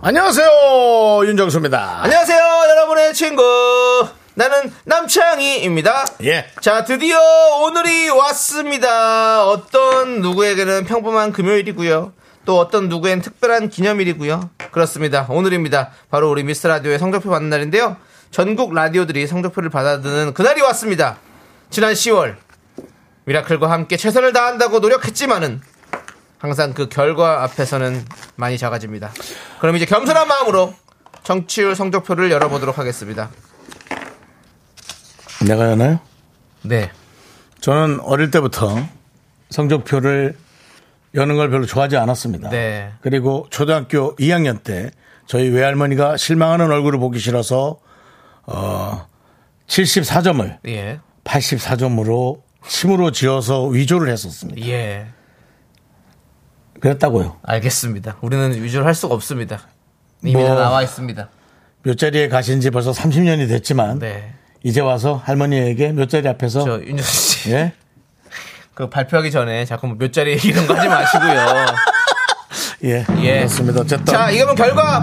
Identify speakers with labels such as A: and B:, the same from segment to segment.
A: 안녕하세요 윤정수입니다.
B: 안녕하세요, 여러분의 친구. 나는 남창희입니다.
A: 예.
B: 자, 드디어 오늘이 왔습니다. 어떤 누구에게는 평범한 금요일이고요. 또 어떤 누구엔 특별한 기념일이고요. 그렇습니다. 오늘입니다. 바로 우리 미스 라디오의 성적표 받는 날인데요. 전국 라디오들이 성적표를 받아드는 그날이 왔습니다. 지난 10월 미라클과 함께 최선을 다한다고 노력했지만은 항상 그 결과 앞에서는 많이 작아집니다. 그럼 이제 겸손한 마음으로 정치율 성적표를 열어보도록 하겠습니다.
A: 내가 하나요?
B: 네.
A: 저는 어릴 때부터 성적표를 여는 걸 별로 좋아하지 않았습니다.
B: 네.
A: 그리고 초등학교 2학년 때 저희 외할머니가 실망하는 얼굴을 보기 싫어서 어 74점을
B: 예.
A: 84점으로 침으로 지어서 위조를 했었습니다.
B: 예.
A: 그랬다고요.
B: 알겠습니다. 우리는 위조를 할 수가 없습니다. 이미
A: 뭐.
B: 다 나와 있습니다.
A: 몇 자리에 가신 지 벌써 30년이 됐지만
B: 네.
A: 이제 와서 할머니에게 몇 자리 앞에서
B: 저 윤정 씨.
A: 어. 예?
B: 그 발표하기 전에 자꾸 몇 자리 이런 거 하지 마시고요.
A: 예.
B: 예.
A: 그렇습니다. 어쨌든
B: 자, 이거면 결과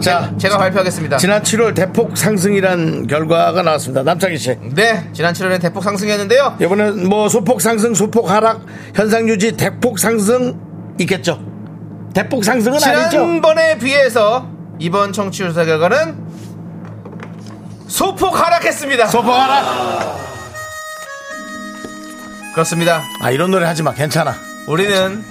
A: 자.
B: 자, 제가 발표하겠습니다.
A: 지난 7월 대폭 상승이란 결과가 나왔습니다. 남창희 씨.
B: 네, 지난 7월에 대폭 상승했는데요.
A: 이번엔 뭐 소폭 상승, 소폭 하락, 현상 유지, 대폭 상승 있겠죠. 대폭 상승은 아니죠.
B: 지난번에 비해서 이번 청취 조사 결과는 소폭 하락했습니다.
A: 소폭 하락.
B: 그렇습니다.
A: 아 이런 노래 하지 마. 괜찮아.
B: 우리는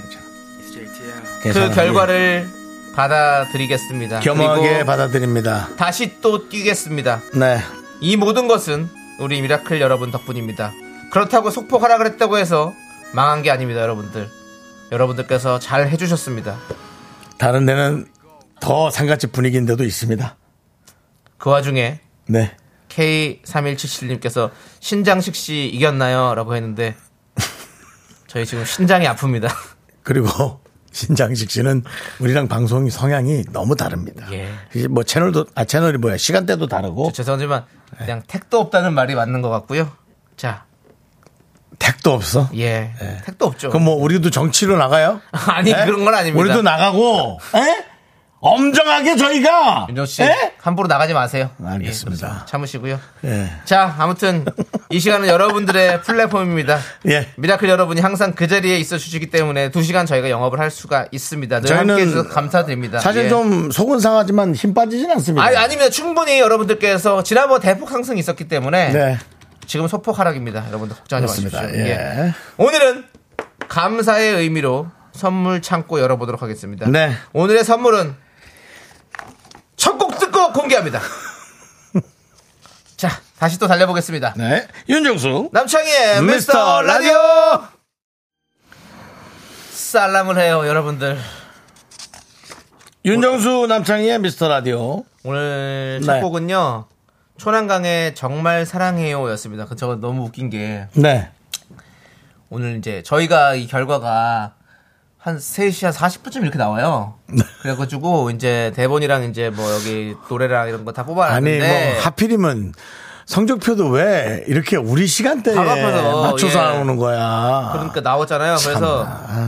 A: 괜찮아. 예.
B: 그 결과를 받아들이겠습니다.
A: 겸허하게
B: 그리고
A: 받아들입니다.
B: 다시 또 뛰겠습니다.
A: 네.
B: 이 모든 것은 우리 미라클 여러분 덕분입니다. 그렇다고 속폭하라 그랬다고 해서 망한 게 아닙니다, 여러분들. 여러분들께서 잘 해주셨습니다.
A: 다른 데는 더 상가집 분위기인 데도 있습니다.
B: 그 와중에
A: 네.
B: K3177님께서 신장식 씨 이겼나요? 라고 했는데 저희 지금 신장이 아픕니다.
A: 그리고 신장식 씨는 우리랑 방송이 성향이 너무 다릅니다.
B: 예.
A: 이제 뭐 채널도 아 채널이 뭐야 시간대도 다르고
B: 저 죄송하지만 그냥 택도 없다는 말이 맞는 것 같고요. 자,
A: 택도 없어.
B: 예. 택도 없죠.
A: 그럼 뭐 우리도 정치로 나가요?
B: 아니,
A: 예?
B: 그런 건 아닙니다.
A: 우리도 나가고, 예? 엄정하게 저희가.
B: 윤정 씨
A: 예?
B: 함부로 나가지 마세요.
A: 알겠습니다.
B: 예, 그렇습니다. 참으시고요.
A: 예.
B: 자, 아무튼 이 시간은 여러분들의 플랫폼입니다.
A: 예.
B: 미라클 여러분이 항상 그 자리에 있어 주시기 때문에 2시간 저희가 영업을 할 수가 있습니다. 늘
A: 저희는
B: 함께 해주셔서 감사드립니다.
A: 사실
B: 예.
A: 좀 속은 상하지만 힘 빠지진 않습니다.
B: 아니, 아닙니다. 충분히 여러분들께서 지난번 대폭 상승이 있었기 때문에
A: 네.
B: 지금 소폭 하락입니다. 여러분들 걱정하지
A: 그렇습니다.
B: 마십시오.
A: 예.
B: 오늘은 감사의 의미로 선물 창고 열어보도록 하겠습니다.
A: 네.
B: 오늘의 선물은 첫 곡 듣고 공개합니다. 자, 다시 또 달려보겠습니다.
A: 네. 윤정수.
B: 남창희의
A: 미스터
B: 네, 미스터 라디오! 살람을 해요, 여러분들.
A: 윤정수 남창희의 미스터 라디오.
B: 오늘 첫
A: 네.
B: 곡은요, 초난강의 정말 사랑해요 였습니다. 그, 저거 너무 웃긴 게,
A: 네.
B: 오늘 이제 저희가 이 결과가 한 3시 한 40분쯤 이렇게 나와요.
A: 네.
B: 그래가지고 이제 대본이랑 이제 뭐 여기 노래랑 이런 거 다
A: 아니,
B: 뽑아놨는데 네.
A: 뭐, 하필이면 성적표도 왜 이렇게 우리 시간대에
B: 다가가서,
A: 맞춰서
B: 예.
A: 나오는 거야.
B: 그러니까 나오잖아요. 그래서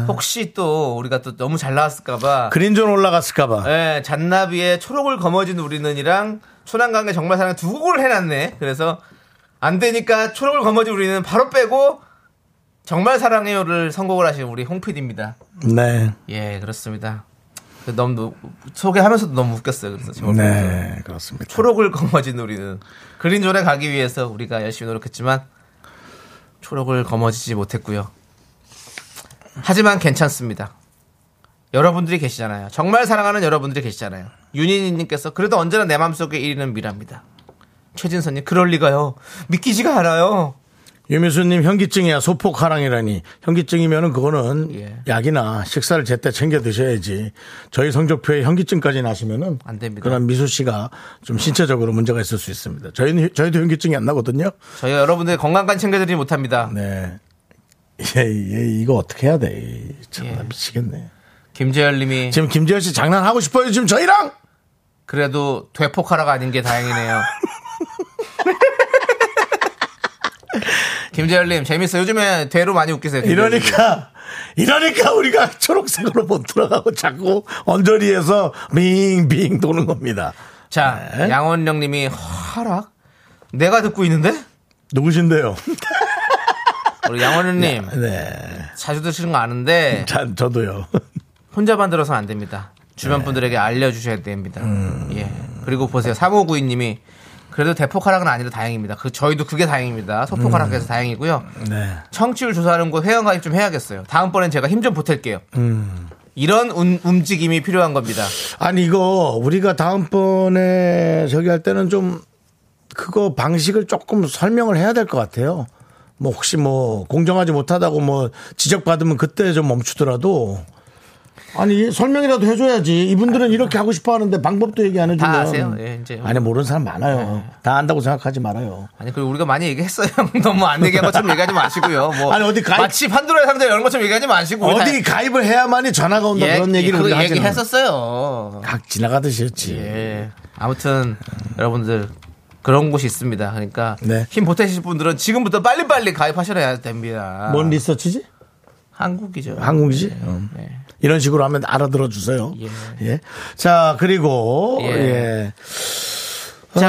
B: 혹시 또 우리가 또 너무 잘 나왔을까봐
A: 그린존 올라갔을까봐.
B: 예, 잔나비의 초록을 거머쥔 우리는이랑 초난강의 정말 사랑 두 곡을 해놨네. 그래서 안 되니까 초록을 거머쥔 우리는 바로 빼고 정말 사랑해요를 선곡을 하신 우리 홍 p d 입니다
A: 네.
B: 예, 그렇습니다. 너무 노- 소개하면서도 너무 웃겼어요. 그래서 제가 보면서.
A: 네. 그렇습니다.
B: 초록을 거머쥔 우리는 그린존에 가기 위해서 우리가 열심히 노력했지만 초록을 거머쥐지 못했고요. 하지만 괜찮습니다. 여러분들이 계시잖아요. 정말 사랑하는 여러분들이 계시잖아요. 윤희님께서 그래도 언제나 내 마음속에 1위는 미라입니다. 최진선님 그럴 리가요. 믿기지가 않아요.
A: 유미수님 현기증이야 소폭하랑이라니 현기증이면은 그거는
B: 예.
A: 약이나 식사를 제때 챙겨 드셔야지 저희 성적표에 현기증까지 나시면은
B: 안 됩니다.
A: 그런 미수 씨가 좀 신체적으로 문제가 있을 수 있습니다. 저희는 저희도 현기증이 안 나거든요.
B: 저희 여러분들 건강까지 챙겨드리지 못합니다.
A: 네. 예, 예, 이거 어떻게 해야 돼? 이 참, 나
B: 예.
A: 미치겠네.
B: 김재열님이
A: 지금 김재현 씨 장난하고 싶어요, 지금 저희랑?
B: 그래도 되폭하라가 아닌 게 다행이네요. 김재열님 재밌어. 요즘에 되로 많이 웃기세요. 김재열님.
A: 이러니까, 이러니까 우리가 초록색으로 못 들어가고 자꾸 언저리에서 빙빙 도는 겁니다.
B: 자
A: 네.
B: 양원령님이 허락. 내가 듣고 있는데
A: 누구신데요?
B: 우리 양원령님
A: 네.
B: 자주 드시는 거 아는데
A: 자, 저도요.
B: 혼자 만들어서는 안 됩니다. 주변
A: 네.
B: 분들에게 알려주셔야 됩니다.
A: 음.
B: 예. 그리고 보세요. 3592님이 그래도 대폭하락은 아니라 다행입니다. 그 저희도 그게 다행입니다.
A: 음.
B: 소폭하락해서 다행이고요.
A: 네.
B: 청취율 조사하는 거 회원가입 좀 해야겠어요. 다음번엔 제가 힘 좀 보탤게요. 이런 운- 움직임이 필요한 겁니다.
A: 아니, 이거 우리가 다음번에 저기 할 때는 좀 그거 방식을 조금 설명을 해야 될 것 같아요. 뭐 혹시 뭐 공정하지 못하다고 뭐 지적받으면 그때 좀 멈추더라도 아니 설명이라도 해줘야지 이분들은 이렇게 하고 싶어 하는데 방법도 얘기 안 해주면
B: 다 아세요? 예, 이제. 네.
A: 아니 모르는 사람 많아요 다 안다고 생각하지 말아요
B: 아니 그리고 우리가 많이 얘기했어요. 너무 안 얘기한 것처럼 얘기하지 마시고요. 뭐
A: 아니, 어디 가입-
B: 마치 판도라의 상자 이런 것처럼 얘기하지 마시고 우리
A: 어디 가입을 해야만이 전화가 온다
B: 다- 뭐 예,
A: 그런 얘기를
B: 그거
A: 우리가 하지
B: 얘기했었어요.
A: 각 지나가듯이 했지
B: 예. 아무튼 여러분들 그런 곳이 있습니다. 그러니까
A: 네.
B: 힘 보태실 분들은 지금부터 빨리빨리 가입하셔야 됩니다.
A: 뭔 리서치지?
B: 한국이죠.
A: 한국이지? 음.
B: 네.
A: 이런 식으로 하면 알아들어 주세요. 예.
B: 예.
A: 자, 그리고
B: 예.
A: 예.
B: 자. 네.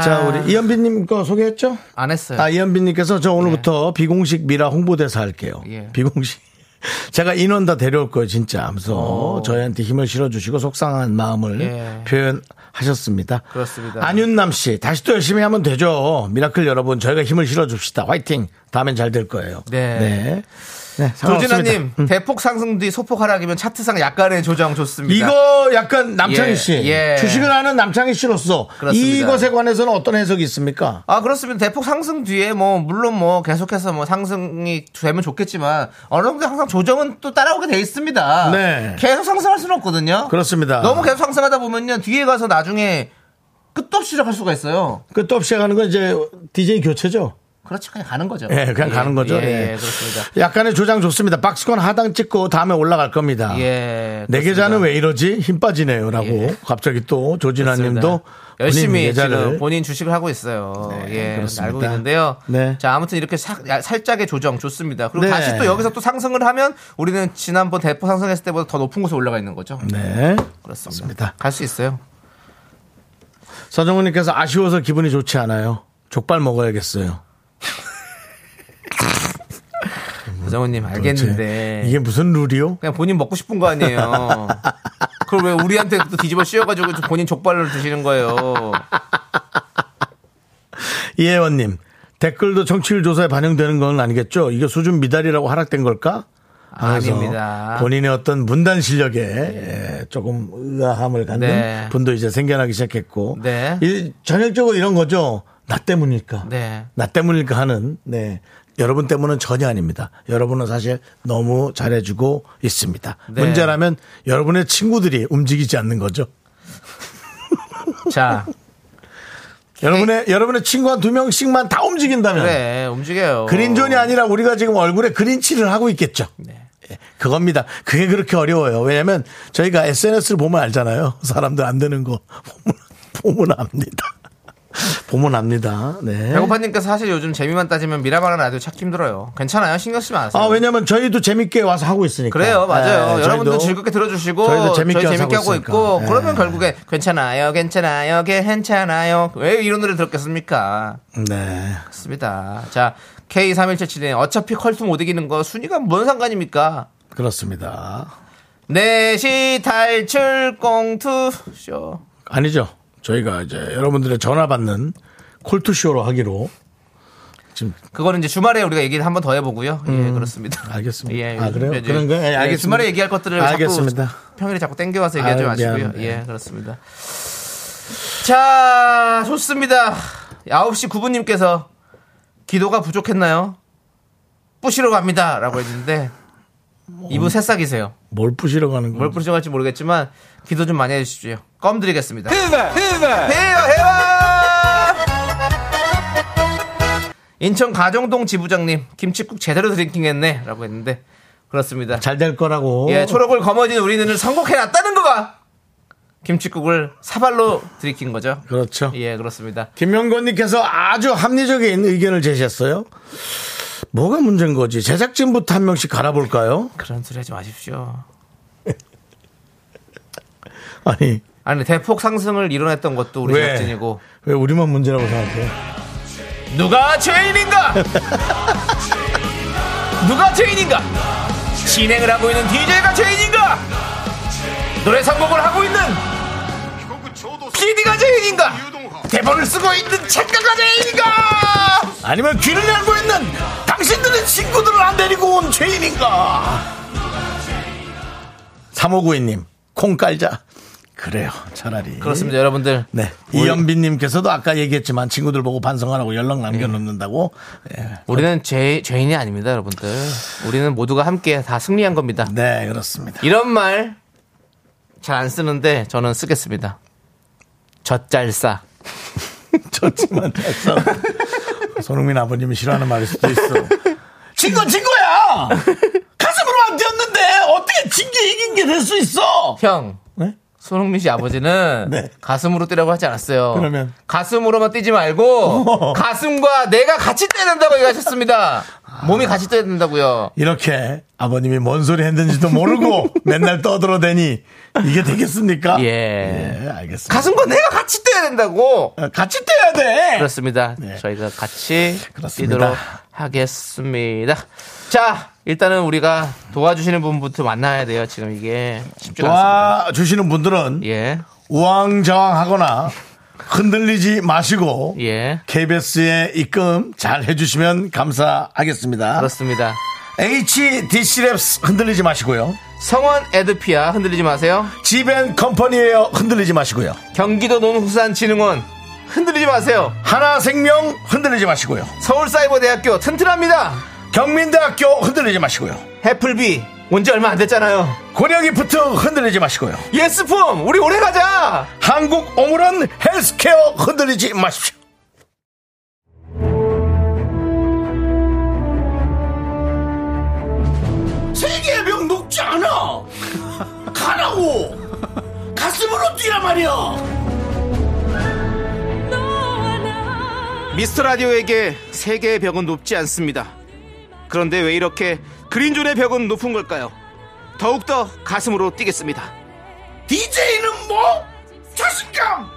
A: 자, 자 우리 이현빈 님 거 소개했죠?
B: 안 했어요.
A: 아, 이현빈 님께서 저 오늘부터 비공식 미라 홍보대사 할게요.
B: 네. 예.
A: 비공식 제가 인원 다 데려올 거예요, 진짜. 하면서 저희한테 힘을 실어주시고 속상한 마음을
B: 어. 예.
A: 표현하셨습니다.
B: 그렇습니다.
A: 안윤남 씨, 다시 또 열심히 하면 되죠. 미라클 여러분, 저희가 힘을 실어줍시다. 화이팅! 다음엔 잘 될 거예요.
B: 네.
A: 네. 네, 상관없습니다.
B: 조진아님 대폭 상승 뒤 소폭 하락이면 차트상 약간의 조정 좋습니다.
A: 이거 약간 남창희
B: 예,
A: 씨
B: 예.
A: 주식을 하는 남창희 씨로서
B: 그렇습니다.
A: 이것에 관해서는 어떤 해석이 있습니까?
B: 아 그렇습니다. 대폭 상승 뒤에 뭐 물론 뭐 계속해서 뭐 상승이 되면 좋겠지만 어느 정도 항상 조정은 또 따라오게 돼 있습니다.
A: 네.
B: 계속 상승할 수는 없거든요.
A: 그렇습니다.
B: 너무 계속 상승하다 보면요 뒤에 가서 나중에 끝도 없이 시작할 수가 있어요.
A: 끝도 그 없이 가는 건 이제 DJ 교체죠.
B: 그렇지 그냥 가는 거죠.
A: 예, 그냥 가는 거죠.
B: 예,
A: 예.
B: 예, 그렇습니다.
A: 약간의 조장 좋습니다. 박스권 하단 찍고 다음에 올라갈 겁니다.
B: 예.
A: 내
B: 그렇습니다.
A: 네 계좌는 왜 이러지? 힘 빠지네요라고
B: 예.
A: 갑자기 또 조진아님도
B: 그렇습니다. 열심히
A: 본인
B: 지금
A: 계좌를 네,
B: 본인 주식을 하고 있어요. 예,
A: 그렇습니다.
B: 알고 있는데요.
A: 네.
B: 자, 아무튼 이렇게 사- 야, 살짝의 조정 좋습니다. 그리고
A: 네.
B: 다시 또 여기서 또 상승을 하면 우리는 지난번 대포 상승했을 때보다 더 높은 곳에 올라가 있는 거죠.
A: 네.
B: 그렇습니다.
A: 그렇습니다.
B: 갈 수 있어요.
A: 서정훈님께서 아쉬워서 기분이 좋지 않아요. 족발 먹어야겠어요.
B: 부정우님 알겠는데
A: 음, 이게 무슨 룰이요?
B: 그냥 본인 먹고 싶은 거 아니에요. 그걸 왜 우리한테 또 뒤집어 씌워가지고 본인 족발로 드시는 거예요.
A: 이혜원님 댓글도 정치율 조사에 반영되는 건 아니겠죠? 이게 수준 미달이라고 하락된 걸까? 하면서
B: 아닙니다.
A: 본인의 어떤 문단 실력에 예, 조금 의아함을 갖는
B: 네.
A: 분도 이제 생겨나기 시작했고
B: 네.
A: 이, 전형적으로 이런 거죠. 나 때문일까?
B: 네.
A: 나 때문일까 하는 네. 여러분 때문은 전혀 아닙니다. 여러분은 사실 너무 잘해주고 있습니다.
B: 네.
A: 문제라면 여러분의 친구들이 움직이지 않는 거죠.
B: 자,
A: 네.
B: 네.
A: 여러분의 여러분의 친구 한 두 명씩만 다 움직인다면
B: 그래 움직여요.
A: 그린존이
B: 어.
A: 아니라 우리가 지금 얼굴에 그린칠을 하고 있겠죠.
B: 네.
A: 예, 그겁니다. 그게 그렇게 어려워요. 왜냐면 저희가 SNS를 보면 알잖아요. 사람들 안 되는 거 보면, 보면 압니다. 보면 압니다. 네.
B: 배고파님께서 사실 요즘 재미만 따지면 미라마는 라디오 찾기 힘들어요. 괜찮아요. 신경 쓰지 마세요.
A: 아, 왜냐면 저희도 재밌게 와서 하고 있으니까.
B: 그래요, 맞아요.
A: 예,
B: 여러분도
A: 저희도
B: 즐겁게 들어주시고
A: 저희도 재밌게
B: 저희
A: 와서
B: 재밌게 하고
A: 하고
B: 있고
A: 있으니까. 예.
B: 그러면 결국에 괜찮아요, 괜찮아요, 괜찮아요. 왜 이런 노래 들었겠습니까?
A: 네.
B: 그렇습니다. 자, K 3 1 7 7에 어차피 컬투 못 이기는 거 순위가 뭔 상관입니까? 네
A: 그렇습니다.
B: 내시 탈출 공투쇼.
A: 아니죠. 저희가 이제 여러분들의 전화 받는 콜투쇼로 하기로 지금
B: 그거는 이제 주말에 우리가 얘기를 한번 더 해보고요.
A: 음.
B: 예, 그렇습니다.
A: 알겠습니다.
B: 예,
A: 아, 그래요?
B: 이제
A: 그런가요? 예,
B: 예,
A: 알겠습니다.
B: 주말에 얘기할 것들을
A: 알겠습니다.
B: 자꾸 평일에 자꾸 땡겨와서 얘기하지
A: 아유,
B: 마시고요.
A: 미안합니다.
B: 예, 그렇습니다. 자, 좋습니다. 9시 9분님께서 기도가 부족했나요? 뿌시러 갑니다. 라고 했는데,
A: 뭐.
B: 이분 새싹이세요.
A: 뭘 부시러 가는
B: 뭘
A: 거야?
B: 뿌시러 갈지 모르겠지만, 기도 좀 많이 해주십시오. 껌 드리겠습니다. 해요, 해요! 인천 가정동 지부장님, 김치국 제대로 드링킹 했네. 라고 했는데, 그렇습니다.
A: 잘 될 거라고.
B: 예, 초록을 거머쥔 우리는 선곡해놨다는 거가! 김치국을 사발로 들이킨 거죠.
A: 그렇죠.
B: 예, 그렇습니다.
A: 김명곤님께서 아주 합리적인 의견을 제시했어요. 뭐가 문제인 거지? 제작진부터 한 명씩 갈아볼까요?
B: 그런 소리 하지 마십시오.
A: 아니,
B: 아니 대폭 상승을 이뤄냈던 것도 우리
A: 왜?
B: 제작진이고
A: 왜 우리만 문제라고 생각해?
B: 누가 죄인인가? 누가 죄인인가? 진행을 하고 있는 DJ가 죄인인가? 노래 선곡을 하고 있는 PD가 죄인인가? 대본을 쓰고 있는 책가가 죄인인가?
A: 아니면 귀를 열고 있는 당신들은 친구들을 안 데리고 온 죄인인가? 3592님, 콩 깔자. 그래요, 차라리.
B: 그렇습니다, 여러분들.
A: 네. 이연빈님께서도 아까 얘기했지만 친구들 보고 반성하라고 연락 남겨놓는다고. 예.
B: 우리는 죄, 죄인이 아닙니다, 여러분들. 우리는 모두가 함께 다 승리한 겁니다.
A: 네, 그렇습니다.
B: 이런 말 잘 안 쓰는데 저는 쓰겠습니다. 젖잘싸.
A: 좋지만 손흥민 아버님이 싫어하는 말일 수도 있어. 진 건 진 거야. 가슴으로 안 뛰었는데 어떻게 진 게 이긴 게 될 수 있어?
B: 형.
A: 네?
B: 손흥민 씨 아버지는
A: 네.
B: 가슴으로 뛰라고 하지 않았어요.
A: 그러면?
B: 가슴으로만 뛰지 말고 가슴과 내가 같이 뛰어야 된다고 얘기하셨습니다.
A: 아.
B: 몸이 같이 뛰어야 된다고요.
A: 이렇게 아버님이 뭔 소리 했는지도 모르고 맨날 떠들어대니 이게 되겠습니까?
B: 예.
A: 예, 알겠습니다. 아,
B: 가슴과 내가 같이 뛰어야 된다고.
A: 같이 뛰어야 돼.
B: 그렇습니다.
A: 네.
B: 저희가 같이
A: 그렇습니다.
B: 뛰도록 하겠습니다. 자, 일단은 우리가 도와주시는 분부터 만나야 돼요. 지금 이게 쉽지가 않습니다.
A: 도와주시는 분들은
B: 예.
A: 우왕좌왕하거나 흔들리지 마시고
B: 예.
A: KBS에 입금 잘 해주시면 감사하겠습니다.
B: 그렇습니다.
A: HDC랩스 흔들리지 마시고요.
B: 성원 에드피아 흔들리지 마세요.
A: 지벤 컴퍼니웨어 흔들리지 마시고요.
B: 경기도 농수산진흥원 흔들리지 마세요.
A: 하나생명 흔들리지 마시고요.
B: 서울사이버대학교 튼튼합니다.
A: 경민대학교 흔들리지 마시고요.
B: 해플비 온지 얼마 안 됐잖아요.
A: 고려기프트 흔들리지 마시고요.
B: 예스폼 우리 오래 가자.
A: 한국 오물은 헬스케어 흔들리지 마십시오. 세계병 녹지 않아. 가라고. 가슴으로 뛰란 말이야.
B: 미스터 라디오에게 세계의 벽은 높지 않습니다. 그런데 왜 이렇게 그린존의 벽은 높은 걸까요? 더욱더 가슴으로 뛰겠습니다.
A: DJ는 뭐? 자신감.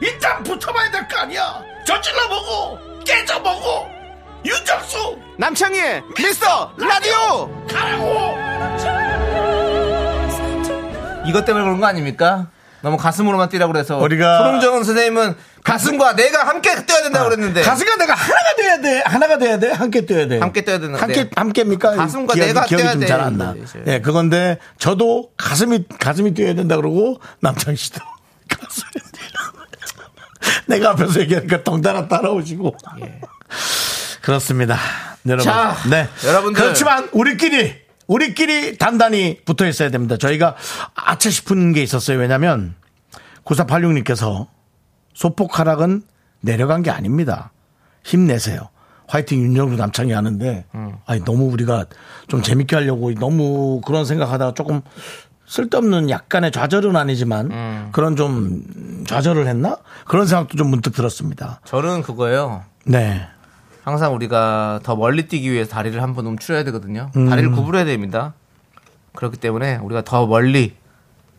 A: 일단 붙어봐야 될 거 아니야. 저질러보고 깨져보고 윤정수
B: 남창희의 미스터 라디오!
A: 가라고.
B: 이것 때문에 그런 거 아닙니까? 너무 가슴으로만 뛰라고 그래서
A: 우리가- 아.
B: 손흥정은 선생님은 가슴과 내가 함께 뛰어야 된다고 그랬는데
A: 가슴과 내가 하나가 돼야 돼. 하나가 돼야 돼. 함께 뛰어야 돼.
B: 함께 뛰어야 되는데.
A: 함께 함께입니까?
B: 가슴과
A: 기억이,
B: 내가
A: 기억이
B: 뛰어야
A: 좀 잘 안 나.
B: 되는데, 이제.
A: 예, 그건데 저도 가슴이 가슴이 뛰어야 된다 그러고 남창 씨도 가슴이 뛰어야 내가 앞에서 얘기하니까 덩달아 따라오시고. 그렇습니다. 여러분.
B: 예.
A: 네.
B: 자, 여러분들.
A: 그렇지만 우리끼리 우리끼리 단단히 붙어 있어야 됩니다. 저희가 아차 싶은 게 있었어요. 왜냐면 9486님께서 소폭 하락은 내려간 게 아닙니다. 힘내세요. 화이팅 윤정수 남창이 하는데
B: 음.
A: 아니 너무 우리가 좀 재밌게 하려고 너무 그런 생각하다가 조금 쓸데없는 약간의 좌절은 아니지만
B: 음.
A: 그런 좀 좌절을 했나 그런 생각도 좀 문득 들었습니다.
B: 저는 그거예요.
A: 네,
B: 항상 우리가 더 멀리 뛰기 위해서 다리를 한번 움츠려야 되거든요.
A: 음.
B: 다리를 구부려야 됩니다. 그렇기 때문에 우리가 더 멀리,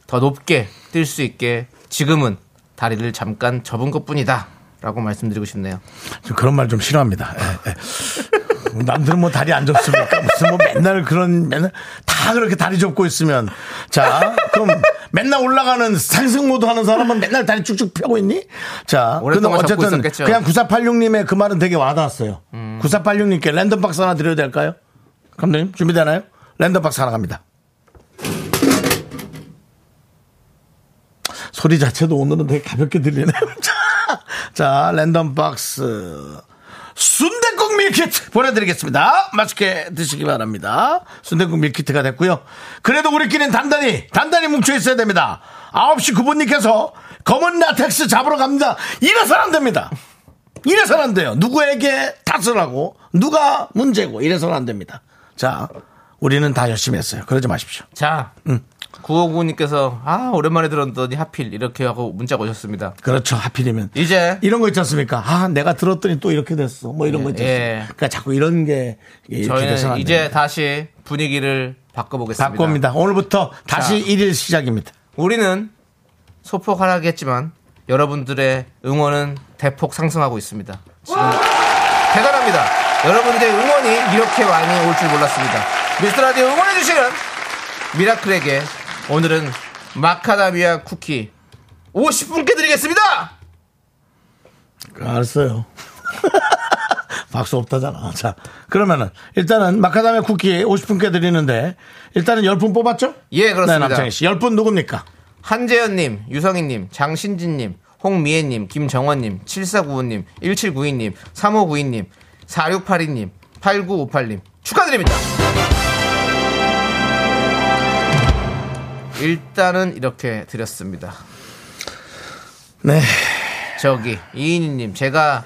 B: 더 높게 뛸 수 있게 지금은 다리를 잠깐 접은 것 뿐이다. 라고 말씀드리고 싶네요.
A: 좀 그런 말 좀 싫어합니다. 예, 예. 남들은 뭐 다리 안 접습니까? 무슨 뭐 맨날 그런 맨날 다 그렇게 다리 접고 있으면 자 그럼 맨날 올라가는 상승 모드 하는 사람은 맨날 다리 쭉쭉 펴고 있니? 자, 근데
B: 오랫동안 접고
A: 어쨌든
B: 있었겠죠. 음.
A: 그냥 9486님의 그 말은 되게 와닿았어요. 9486님께 랜덤 박스 하나 드려야 될까요? 감독님 준비되나요? 랜덤 박스 하나 갑니다. 소리 자체도 오늘은 되게 가볍게 들리네요. 자, 자, 랜덤 박스. 순대국 밀키트 보내드리겠습니다. 맛있게 드시기 바랍니다. 순대국 밀키트가 됐고요. 그래도 우리끼리는 단단히 단단히 뭉쳐 있어야 됩니다. 9시 9분님께서 검은 라텍스 잡으러 갑니다. 이래서는 안 됩니다. 이래서는 안 돼요. 누구에게 탓을 하고 누가 문제고 이래서는 안 됩니다. 자, 우리는 다 열심히 했어요. 그러지 마십시오.
B: 자,
A: 음.
B: 9599님께서 아 오랜만에 들었더니 하필 이렇게 하고 문자가 오셨습니다.
A: 그렇죠. 하필이면
B: 이제
A: 이런 거 있지 않습니까? 아, 내가 들었더니 또 이렇게 됐어. 뭐 이런 거 있지 않습니까?
B: 예.
A: 그러니까 자꾸 이런 게 이렇게 돼서는
B: 저희는
A: 안
B: 이제
A: 됩니다.
B: 다시 분위기를 바꿔보겠습니다.
A: 바꿉니다. 오늘부터 다시 일 1일 시작입니다.
B: 우리는 소폭 하락했지만 여러분들의 응원은 대폭 상승하고 있습니다. 지금 대단합니다. 여러분들의 응원이 이렇게 많이 올 줄 몰랐습니다. 미스터 라디오 응원해 주시는 미라클에게 오늘은 마카다미아 쿠키 50분께 드리겠습니다.
A: 그러니까. 알았어요. 박수 없다잖아. 자, 그러면은 일단은 마카다미아 쿠키 50분께 드리는데 일단은 10분 뽑았죠?
B: 예, 그렇습니다.
A: 네, 남창희 씨. 10분 누굽니까?
B: 한재현님, 유성희님, 장신진님, 홍미애님, 김정원님, 7495님, 1792님, 3592님, 4682님, 8958님 축하드립니다. 일단은 이렇게 드렸습니다.
A: 네.
B: 저기 이인희님, 제가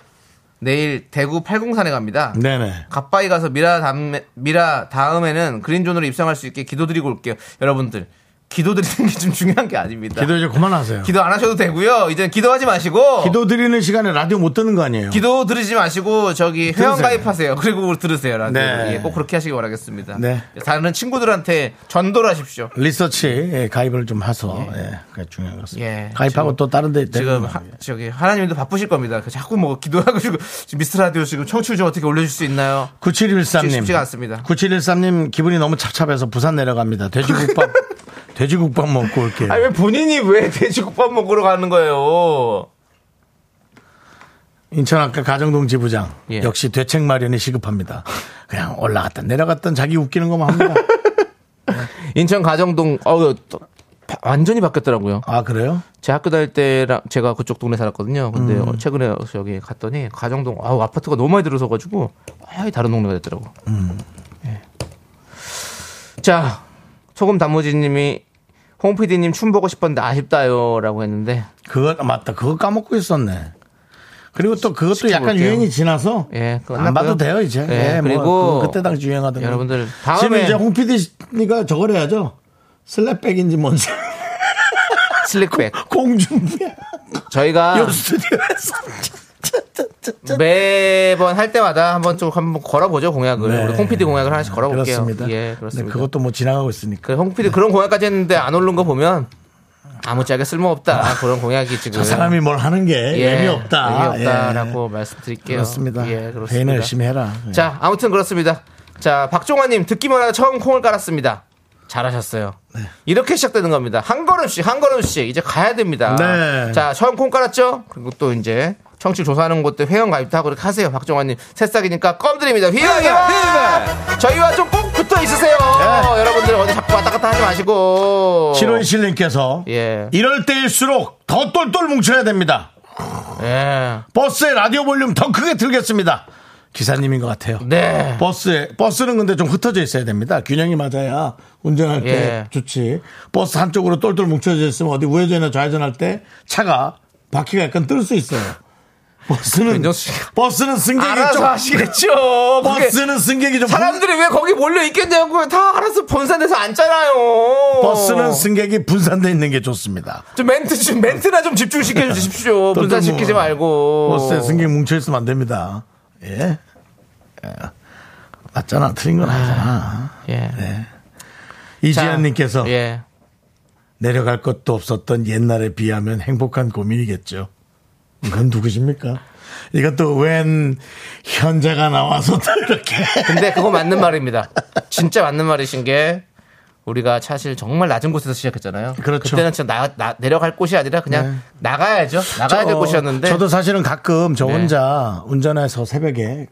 B: 내일 대구 팔공산에 갑니다.
A: 네네.
B: 가빠이 가서 미라 다음에, 미라 다음에는 그린존으로 입성할 수 있게 기도드리고 올게요. 여러분들 기도드리는 게 좀 중요한 게 아닙니다.
A: 기도 이제 그만하세요.
B: 어. 기도 안 하셔도 되고요. 이제 기도하지 마시고 기도
A: 기도 드리는 시간에 라디오 못 듣는 거 아니에요?
B: 들으지 마시고 저기 회원 가입하세요. 그리고 들으세요. 라디오.
A: 네.
B: 예, 꼭 그렇게 하시기 바라겠습니다.
A: 네.
B: 다른 친구들한테 전도를 하십시오.
A: 리서치 예, 가입을 좀 해서 예, 그게 중요한 것 같습니다.
B: 예,
A: 가입하고
B: 지금-
A: 또 다른 데
B: 지금
A: 데리고
B: 하,
A: 가요.
B: 저기 하나님도 바쁘실 겁니다. 그 자꾸 뭐 기도하고 지금 미스터 라디오 지금 청취율 좀 어떻게 올려줄 수 있나요?
A: 9713님.
B: 쉽지가 않습니다.
A: 9713님 기분이 너무 찹찹해서 부산 내려갑니다. 돼지국밥 돼지국밥 먹고 올게요.
B: 아니 왜 본인이 왜 돼지국밥 먹으러 가는 거예요?
A: 인천 아까 가정동 지부장
B: 예.
A: 역시 되책 마련이 시급합니다. 그냥 올라갔던 내려갔던 자기 웃기는 것만 합니다.
B: 인천 가정동 어 또, 바- 완전히 바뀌었더라고요.
A: 아 그래요?
B: 제 학교 다닐 때랑 제가 그쪽 동네 살았거든요. 근데
A: 음.
B: 어, 최근에 여기 갔더니 가정동 아우 아파트가 너무 많이 들어서 가지고 아예 다른 동네가 됐더라고.
A: 음.
B: 예. 자 소금 단무지님이 홍 PD님 춤 보고 싶었는데 아쉽다요라고 했는데
A: 그거 아, 맞다. 그거 까먹고 있었네. 그리고 또 그것도 약간
B: 지켜볼게요.
A: 유행이 지나서
B: 예, 그거
A: 안 봐도
B: 끝났고요.
A: 돼요 이제.
B: 예,
A: 예, 뭐
B: 그리고
A: 그거 그때 당시 유행하던 거.
B: 여러분들
A: 지금
B: 다음에
A: 이제 홍 PD가 저걸 해야죠. 슬랩백인지 뭔지
B: 슬릭백
A: 공중부야.
B: 저희가
A: 요 스튜디오에서
B: 매번 할 때마다 한번 좀 한번 걸어보죠 공약을
A: 네.
B: 우리 홍 PD 공약을 하나씩 아, 걸어볼게요.
A: 그렇습니다.
B: 예 그렇습니다.
A: 네, 그것도 뭐 지나가고 있으니까.
B: 그 홍피디 그런 공약까지 했는데 안 오른 거 보면 아무짝에 쓸모없다 그런 공약이 지금
A: 그 사람이 뭘 하는 게
B: 예,
A: 의미 없다. 예,
B: 의미 없다라고 말씀드릴게요.
A: 그렇습니다.
B: 예, 그렇습니다.
A: 개인은 열심히 해라. 예.
B: 자 아무튼 그렇습니다. 자 박종환님 듣기만 하다 처음 콩을 깔았습니다. 잘하셨어요.
A: 네.
B: 이렇게 시작되는 겁니다. 한 걸음씩 한 걸음씩 이제 가야 됩니다.
A: 네.
B: 자 처음 콩 깔았죠? 그리고 또 이제 청취 조사하는 곳도 회원 가입도 하고 이렇게 하세요. 박종환님 새싹이니까 껌 드립니다. 휘어휘어 저희와 좀 꼭 붙어 있으세요.
A: 네.
B: 여러분들 어디 자꾸 왔다 갔다 하지 마시고.
A: 751님께서
B: 어. 예.
A: 이럴 때일수록 더 똘똘 뭉쳐야 됩니다.
B: 예.
A: 버스에 라디오 볼륨 더 크게 들겠습니다. 기사님인 것 같아요.
B: 네.
A: 버스에 버스는 근데 좀 흩어져 있어야 됩니다. 균형이 맞아야 운전할 때
B: 예.
A: 좋지. 버스 한쪽으로 똘똘 뭉쳐져 있으면 어디 우회전이나 좌회전할 때 차가 바퀴가 약간 뜰 수 있어요. 버스는
B: 그 윤정수 씨가
A: 버스는 승객이
B: 알아서
A: 좀
B: 하시겠죠. 그게
A: 버스는 승객이 좀
B: 사람들이 왜 거기 몰려 있겠냐고요. 다 알아서 본산에서 앉잖아요. 뭐.
A: 버스는 승객이 분산돼 있는 게 좋습니다.
B: 좀 멘트 좀 멘트나 좀 집중시켜 주십시오.
A: 똘똘
B: 뭐 분산시키지
A: 뭉-
B: 말고.
A: 뭐, 버스에 승객 뭉쳐 있으면 안 됩니다. 예. 예. 맞잖아. 틀린 건 아니잖아.
B: 예. 자,
A: 네. 이지현님께서
B: 예.
A: 내려갈 것도 없었던 옛날에 비하면 행복한 고민이겠죠. 이건 누구십니까? 이것도 웬 현자가 나와서 또 이렇게.
B: 근데 그거 맞는 말입니다. 진짜 맞는 말이신 게 우리가 사실 정말 낮은 곳에서 시작했잖아요.
A: 그렇죠.
B: 때는 진짜 나, 나- 내려갈 곳이 아니라 그냥
A: 네.
B: 나가야죠. 나가야 될
A: 저,
B: 곳이었는데.
A: 저도 사실은 가끔 저
B: 네.
A: 혼자 운전해서 새벽에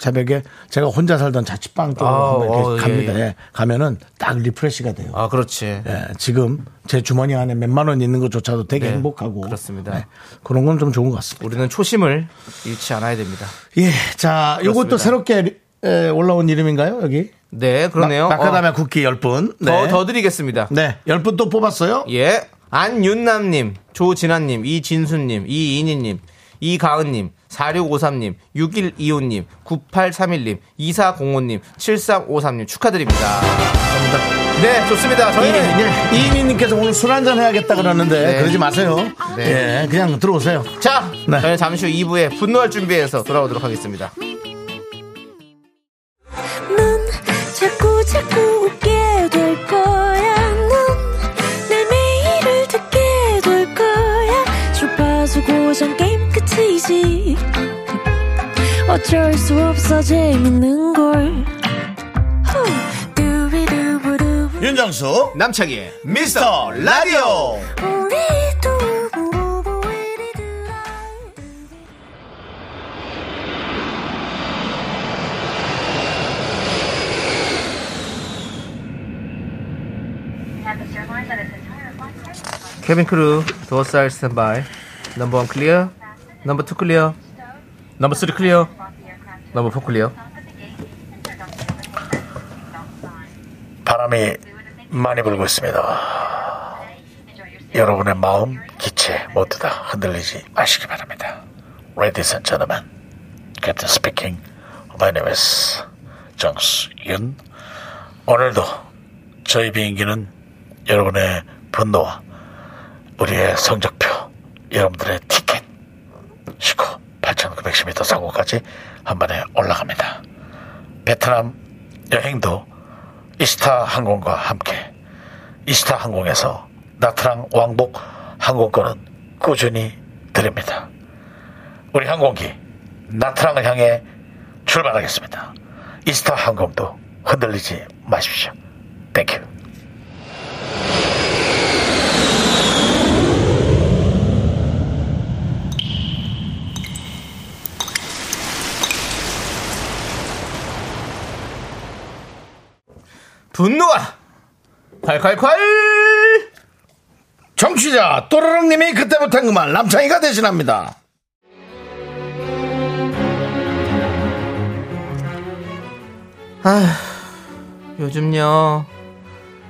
A: 새벽에 제가 혼자 살던 자취방 쪽으로
B: 아,
A: 한번 이렇게
B: 어, 예,
A: 갑니다.
B: 예.
A: 예. 가면은 딱 리프레시가 돼요.
B: 아 그렇지.
A: 예, 지금 제 주머니 안에 몇만 원 있는 것조차도 되게
B: 네,
A: 행복하고 예.
B: 그렇습니다.
A: 그런 건 좀 좋은 것 같습니다.
B: 우리는 초심을 잃지 않아야 됩니다.
A: 예, 자, 요것도 새롭게 리- 에, 올라온 이름인가요? 여기
B: 네 그러네요.
A: 나, 카다미아 쿠키 10분.
B: 더, 더 드리겠습니다.
A: 네, 10분 또 뽑았어요.
B: 예. 안윤남님, 조진아님, 이진수님, 이인희님, 이가은님, 4653님, 6125님, 9831님, 2405님, 7353님 축하드립니다. 네, 좋습니다. 저희는
A: 예, 이민님께서 오늘 술 한잔 해야겠다 그러는데
B: 네.
A: 그러지 마세요.
B: 네.
A: 예, 그냥 들어오세요.
B: 자,
A: 네.
B: 저희는 잠시 후 2부에 분노할 준비해서 돌아오도록 하겠습니다.
C: 넌 자꾸 자꾸 웃게 될 거야. 넌내 매일을 듣게 될 거야. 주파수 고정 게임 끝이지. 어쩔 수 없어 재밌는 걸. 후. 두비두부두.
A: 윤정수,
B: 남창희의
A: 미스터 라디오.
C: 우리 두부부부 우리 두부부.
B: 케빈 크루, 도어사일 스탠바이, 넘버 1 클리어, 넘버 2 클리어, 넘버 3 클리어, 넘버 4 클리어.
A: 바람이 많이 불고 있습니다. 여러분의 마음, 기체 모두 다 흔들리지 마시기 바랍니다. Ladies and gentlemen, Captain speaking. My name is 정수윤. 오늘도 저희 비행기는 여러분의 분노와 우리의 성적표, 여러분들의 티켓, 시고 8,910m 상공까지 한 번에 올라갑니다. 베트남 여행도 이스타 항공과 함께 이스타 항공에서 나트랑 왕복 항공권은 꾸준히 드립니다. 우리 항공기 나트랑을 향해 출발하겠습니다. 이스타 항공도 흔들리지 마십시오. 땡큐.
B: 분노와 콸콸콸!
A: 정취자 또르릉님이 그때 못한 그만 남창희가 대신합니다.
B: 요즘요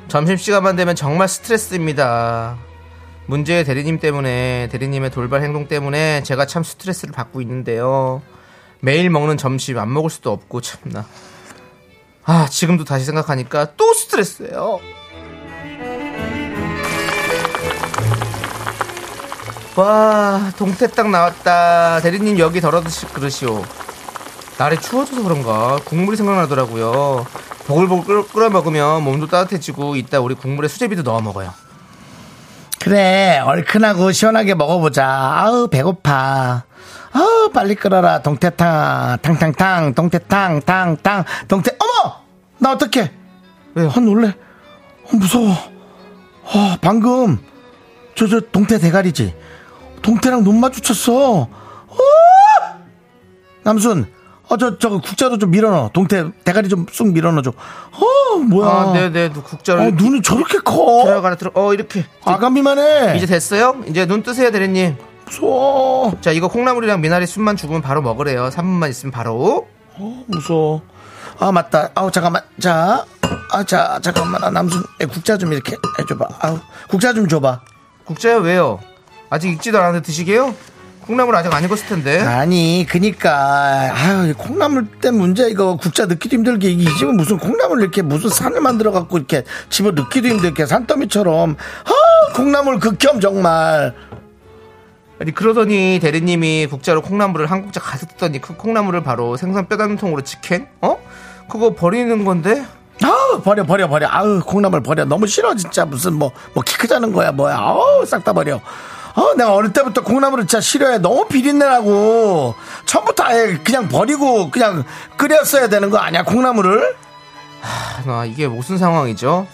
B: 점심시간만 되면 정말 스트레스입니다 문제의 대리님 때문에 대리님의 돌발 행동 때문에 제가 참 스트레스를 받고 있는데요 매일 먹는 점심 안 먹을 수도 없고 참나 아 지금도 다시 생각하니까 또 스트레스예요 와 동태 딱 나왔다 대리님 여기 덜어드실 그릇이오 날이 추워져서 그런가 국물이 생각나더라고요. 보글보글 끓- 끓여 먹으면 몸도 따뜻해지고 이따 우리 국물에 수제비도 넣어 먹어요.
A: 그래 얼큰하고 시원하게 먹어보자. 아우 배고파. 아우 빨리 끓어라 동태탕 탕탕탕 동태탕 탕탕 동태 어머 나 어떡해
B: 왜요?
A: 아 놀래 어, 무서워 아 방금 저 저 동태 대가리지 동태랑 눈 마주쳤어 어! 남순 어저 저 국자로 좀 밀어넣어 동태 대가리 좀 쑥 밀어넣어줘 어 뭐야
B: 아, 네네, 국자로.
A: 어, 눈이 저렇게 커
B: 들어가라 들어. 어, 이렇게.
A: 아가미만 해
B: 이제 됐어요? 이제 눈 뜨세요, 대리님.
A: 무서워
B: 자, 이거 콩나물이랑 미나리 숨만 죽으면 바로 먹으래요. 3분만 있으면 바로.
A: 어, 무서워. 아 맞다. 아우 잠깐만. 자, 아 자 잠깐만. 아, 남순 예, 국자 좀 이렇게 해줘봐. 아우 국자 좀 줘봐.
B: 국자야, 왜요? 아직 익지도 않았는데 드시게요? 콩나물 아직 안 익었을 텐데.
A: 네. 아니 그니까 아유 이 콩나물 때 문제 이거 국자 넣기도 힘들게 이 집은 무슨 콩나물 이렇게 무슨 산을 만들어 갖고 이렇게 집어 넣기도 힘들게 산더미처럼 아 콩나물 극혐 정말.
B: 아니, 그러더니 대리님이 국자로 콩나물을 한 국자 가득 뜨더니 그 콩나물을 바로 생선 뼈단통으로 직행? 어? 그거 버리는 건데?
A: 아우 버려 버려 버려 아우 콩나물 버려 너무 싫어 진짜 무슨 뭐 뭐 키 크자는 거야 뭐야 아우 싹 다 버려 어 내가 어릴 때부터 콩나물을 진짜 싫어해 너무 비린내나고 처음부터 아예 그냥 버리고 그냥 끓였어야 되는 거 아니야 콩나물을
B: 아, 이게 무슨 상황이죠?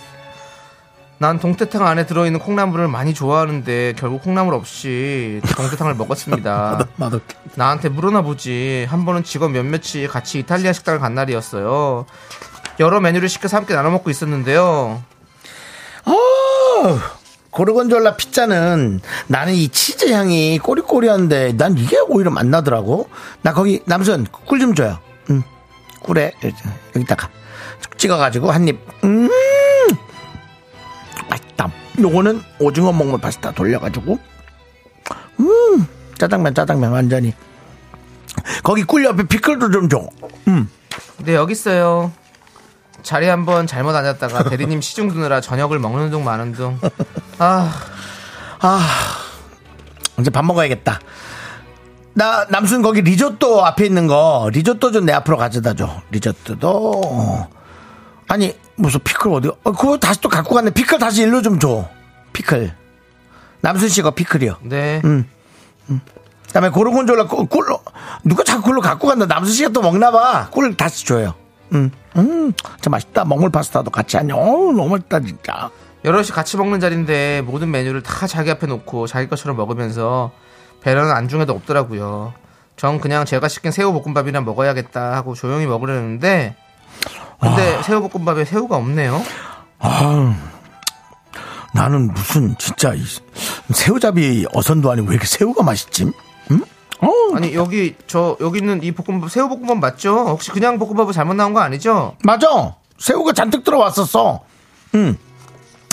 B: 난 동태탕 안에 들어있는 콩나물을 많이 좋아하는데 결국 콩나물 없이 동태탕을 먹었습니다.
A: 맛없게.
B: 나한테 물어나 보지. 한 번은 직원 몇몇이 같이 이탈리아 식당을 간 날이었어요. 여러 메뉴를 시켜서 함께 나눠 먹고 있었는데요.
A: 어, 고르곤졸라 피자는 나는 이 치즈 향이 꼬리꼬리한데 난 이게 오히려 맛나더라고. 나 거기 남순 꿀 좀 줘요. 응. 꿀에 여기다가 쭉 찍어가지고 한 입. 음. 맛있다. 요거는 오징어 먹물 파스타 돌려가지고. 음. 짜장면 짜장면 완전히. 거기 꿀 옆에 피클도 좀 줘.
B: 네, 여기 있어요. 자리 한번 잘못 앉았다가 대리님 시중 두느라 저녁을 먹는 둥 마는 둥. 아,
A: 이제 밥 먹어야겠다. 나 남순 거기 리조또 앞에 있는 거 리조또 좀 내 앞으로 가져다 줘. 리조또도 어. 아니 무슨 피클 어디? 어, 그거 다시 또 갖고 갔네. 피클 다시 일로 좀 줘. 피클. 남순 씨가 피클이요.
B: 네.
A: 그다음에 고르곤졸라 꿀- 꿀로 누가 자꾸 꿀로 갖고 간다. 남순 씨가 또 먹나 봐. 꿀 다시 줘요. 음, 음, 참 맛있다. 먹물 파스타도 같이 하냐. 어우, 너무 맛있다 진짜.
B: 여럿이 같이 먹는 자리인데 모든 메뉴를 다 자기 앞에 놓고 자기 것처럼 먹으면서 배려는 안중에도 없더라고요. 전 그냥 제가 시킨 새우볶음밥이나 먹어야겠다 하고 조용히 먹으려는데 근데 새우볶음밥에 새우가 없네요.
A: 나는 무슨 진짜 이 새우잡이 어선도 아니고 왜 이렇게 새우가 맛있지? 음? 어,
B: 아니 여기 저 여기 있는 이 볶음밥 새우볶음밥 맞죠? 혹시 그냥 볶음밥은 잘못 나온 거 아니죠?
A: 맞아. 새우가 잔뜩 들어왔었어. 음.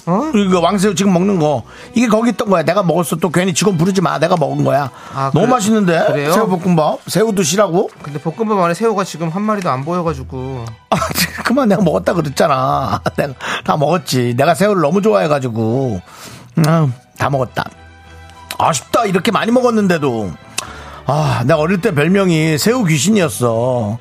B: 어?
A: 이거 왕새우 지금 먹는 거. 이게 거기 있던 거야. 내가 먹었어. 또 괜히 직원 부르지 마. 내가 먹은 거야.
B: 아,
A: 너무
B: 그래-
A: 맛있는데?
B: 그래요?
A: 새우볶음밥? 새우 드시라고?
B: 근데 볶음밥 안에 새우가 지금 한 마리도 안 보여가지고
A: 아, 그만 내가 먹었다 그랬잖아. 내가 다 먹었지. 내가 새우를 너무 좋아해가지고. 음, 다 먹었다. 아쉽다. 이렇게 많이 먹었는데도. 아, 내가 어릴 때 별명이 새우 귀신이었어.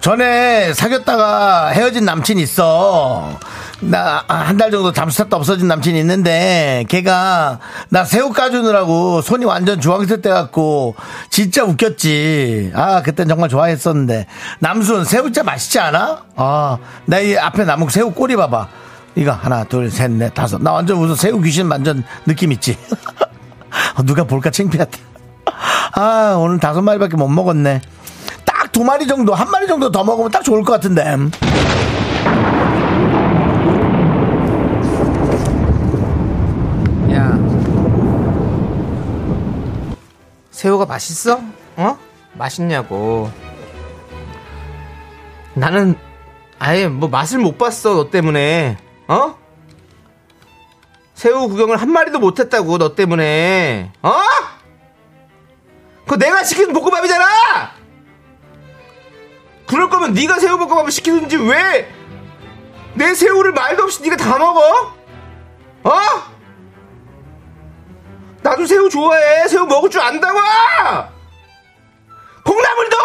A: 전에 사귀었다가 헤어진 남친 있어. 나 한 달 정도 잠수 탔다 없어진 남친 있는데 걔가 나 새우 까주느라고 손이 완전 주황색 돼갖고 진짜 웃겼지. 아 그땐 정말 좋아했었는데 남순 새우 진짜 맛있지 않아? 아나 이 앞에 남은 새우 꼬리 봐봐. 이거 하나 둘셋넷 다섯 나 완전 무슨 새우 귀신 완전 느낌 있지. 누가 볼까 창피하다. 아 오늘 다섯 마리밖에 못 먹었네. 딱 두 마리 정도 한 마리 정도 더 먹으면 딱 좋을 것 같은데.
B: 야 새우가 맛있어? 어? 맛있냐고 나는 아예 뭐 맛을 못 봤어 너 때문에 어? 새우 구경을 한 마리도 못했다고 너 때문에 어? 그거 내가 시킨 볶음밥이잖아 그럴 거면 네가 새우 볶음밥을 시키든지 왜 내 새우를 말도 없이 네가 다 먹어? 어? 나도 새우 좋아해. 새우 먹을 줄 안다고! 콩나물도!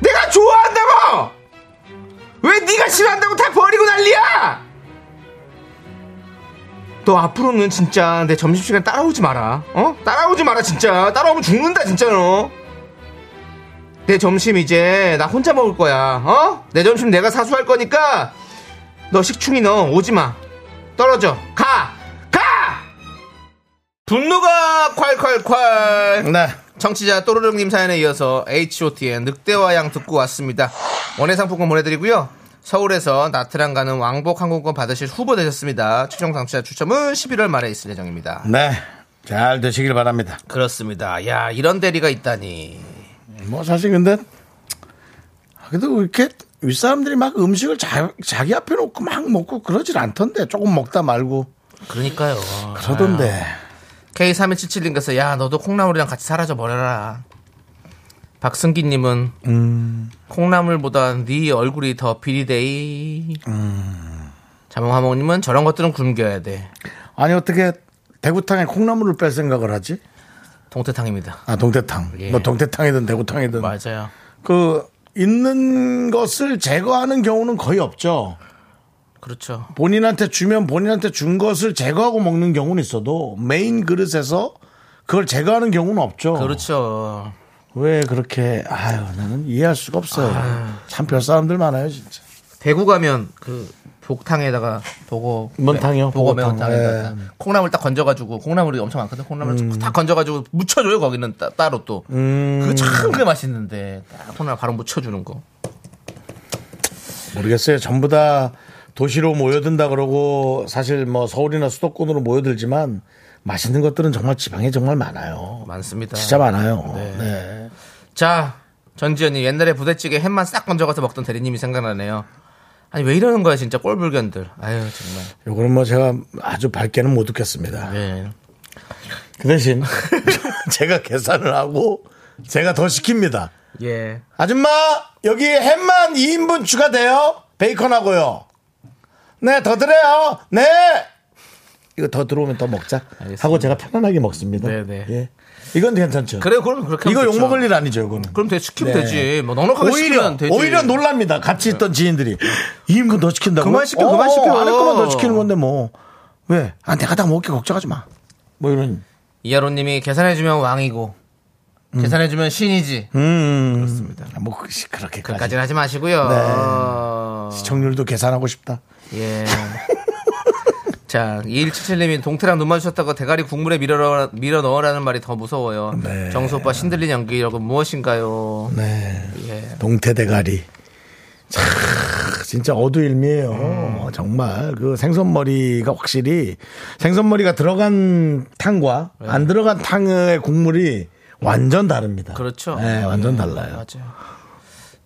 B: 내가 좋아한다고! 왜 네가 싫어한다고 다 버리고 난리야! 너 앞으로는 진짜 내 점심시간 따라오지 마라. 어? 따라오지 마라, 진짜. 따라오면 죽는다, 진짜 너. 내 점심 이제 나 혼자 먹을 거야. 어? 내 점심 내가 사수할 거니까 너 식충이 너 오지 마. 떨어져. 가! 가! 분노가 콸콸콸
A: 네.
B: 청취자 또르릉님 사연에 이어서 H.O.T의 늑대와 양 듣고 왔습니다 원예상품권 보내드리고요 서울에서 나트랑 가는 왕복 항공권 받으실 후보 되셨습니다 최종 당첨자 추첨은 11월 말에 있을 예정입니다
A: 네. 잘 되시길 바랍니다.
B: 그렇습니다 야 이런 대리가 있다니
A: 뭐 사실 근데 그래도 이렇게 윗사람들이 막 음식을 자, 자기 앞에 놓고 막 먹고 그러질 않던데 조금 먹다 말고 아.
B: 그러니까요
A: 그러던데
B: K3177님께서 야 너도 콩나물이랑 같이 사라져 버려라. 박승기님은 콩나물보단 네 얼굴이 더 비리데이. 자몽하몽님은 저런 것들은 굶겨야 돼.
A: 아니 어떻게 대구탕에 콩나물을 뺄 생각을 하지?
B: 동태탕입니다.
A: 아 동태탕
B: 예.
A: 뭐 동태탕이든 대구탕이든
B: 맞아요.
A: 그 있는 것을 제거하는 경우는 거의 없죠.
B: 그렇죠.
A: 본인한테 주면 본인한테 준 것을 제거하고 먹는 경우는 있어도 메인 그릇에서 그걸 제거하는 경우는
B: 어.
A: 없죠.
B: 그렇죠.
A: 왜 그렇게
B: 아.
A: 아유 나는 이해할 수가 없어요. 참 별 사람들 많아요 진짜.
B: 대구 가면 그 복탕에다가 보고
A: 뭔탕이요?
B: 보고
A: 보고탕.
B: 매운탕에다가
A: 예. 음.
B: 콩나물 딱 건져가지고 콩나물이 엄청 많거든. 콩나물 딱 건져가지고 묻혀줘요. 거기는 따, 따로 또. 그거 참 그게 맛있는데 딱 콩나물 바로 묻혀주는 거.
A: 모르겠어요. 전부 다 도시로 모여든다 그러고 사실 뭐 서울이나 수도권으로 모여들지만 맛있는 것들은 정말 지방에 정말 많아요.
B: 많습니다.
A: 진짜 많아요.
B: 네.
A: 네.
B: 자, 전지현님 옛날에 부대찌개 햄만 싹 건져가서 먹던 대리님이 생각나네요. 아니 왜 이러는 거야 진짜 꼴불견들. 아유 정말.
A: 요거는 뭐 제가 아주 밝게는 못 듣겠습니다.
B: 예.
A: 그 대신 제가 계산을 하고 제가 더 시킵니다.
B: 예.
A: 아줌마 여기 햄만 2인분 추가돼요. 베이컨하고요. 네, 더 드려요. 네. 이거 더 들어오면 더 먹자. 하고 제가 편안하게 먹습니다.
B: 네네.
A: 예. 이건 괜찮죠.
B: 그래 그럼 그렇게
A: 이거
B: 하면
A: 욕
B: 좋죠.
A: 먹을 일 아니죠, 이거는.
B: 그럼 되 시키면
A: 네.
B: 되지. 뭐 넉넉하게
A: 오히려
B: 시키면 되지. 네.
A: 오히려 놀랍니다. 같이 있던 지인들이 2인분 더 시킨다고.
B: 그만 시켜, 그만 시켜. 어.
A: 안할 거면 더 시키는 건데 뭐 왜? 아 내가 다 먹게 걱정하지 마. 뭐 이런.
B: 이하로님이 계산해주면 왕이고 계산해주면 신이지.
A: 음. 그렇습니다. 뭐 그- 그렇게까지.
B: 그까지는 하지 마시고요.
A: 시청률도 계산하고 싶다.
B: 예. 자, 2177님이 동태랑 눈 마주쳤다고 대가리 국물에 밀어, 넣어라- 밀어 넣으라는 말이 더 무서워요.
A: 네.
B: 정수 오빠 신들린 연기라고 무엇인가요?
A: 네.
B: 예.
A: 동태 대가리. 참, 진짜 어두일미예요.
B: 음.
A: 정말 그 생선머리가 확실히 생선머리가 들어간 탕과
B: 예.
A: 안 들어간 탕의 국물이 완전 다릅니다.
B: 그렇죠.
A: 네, 완전
B: 예,
A: 달라요.
B: 맞아요.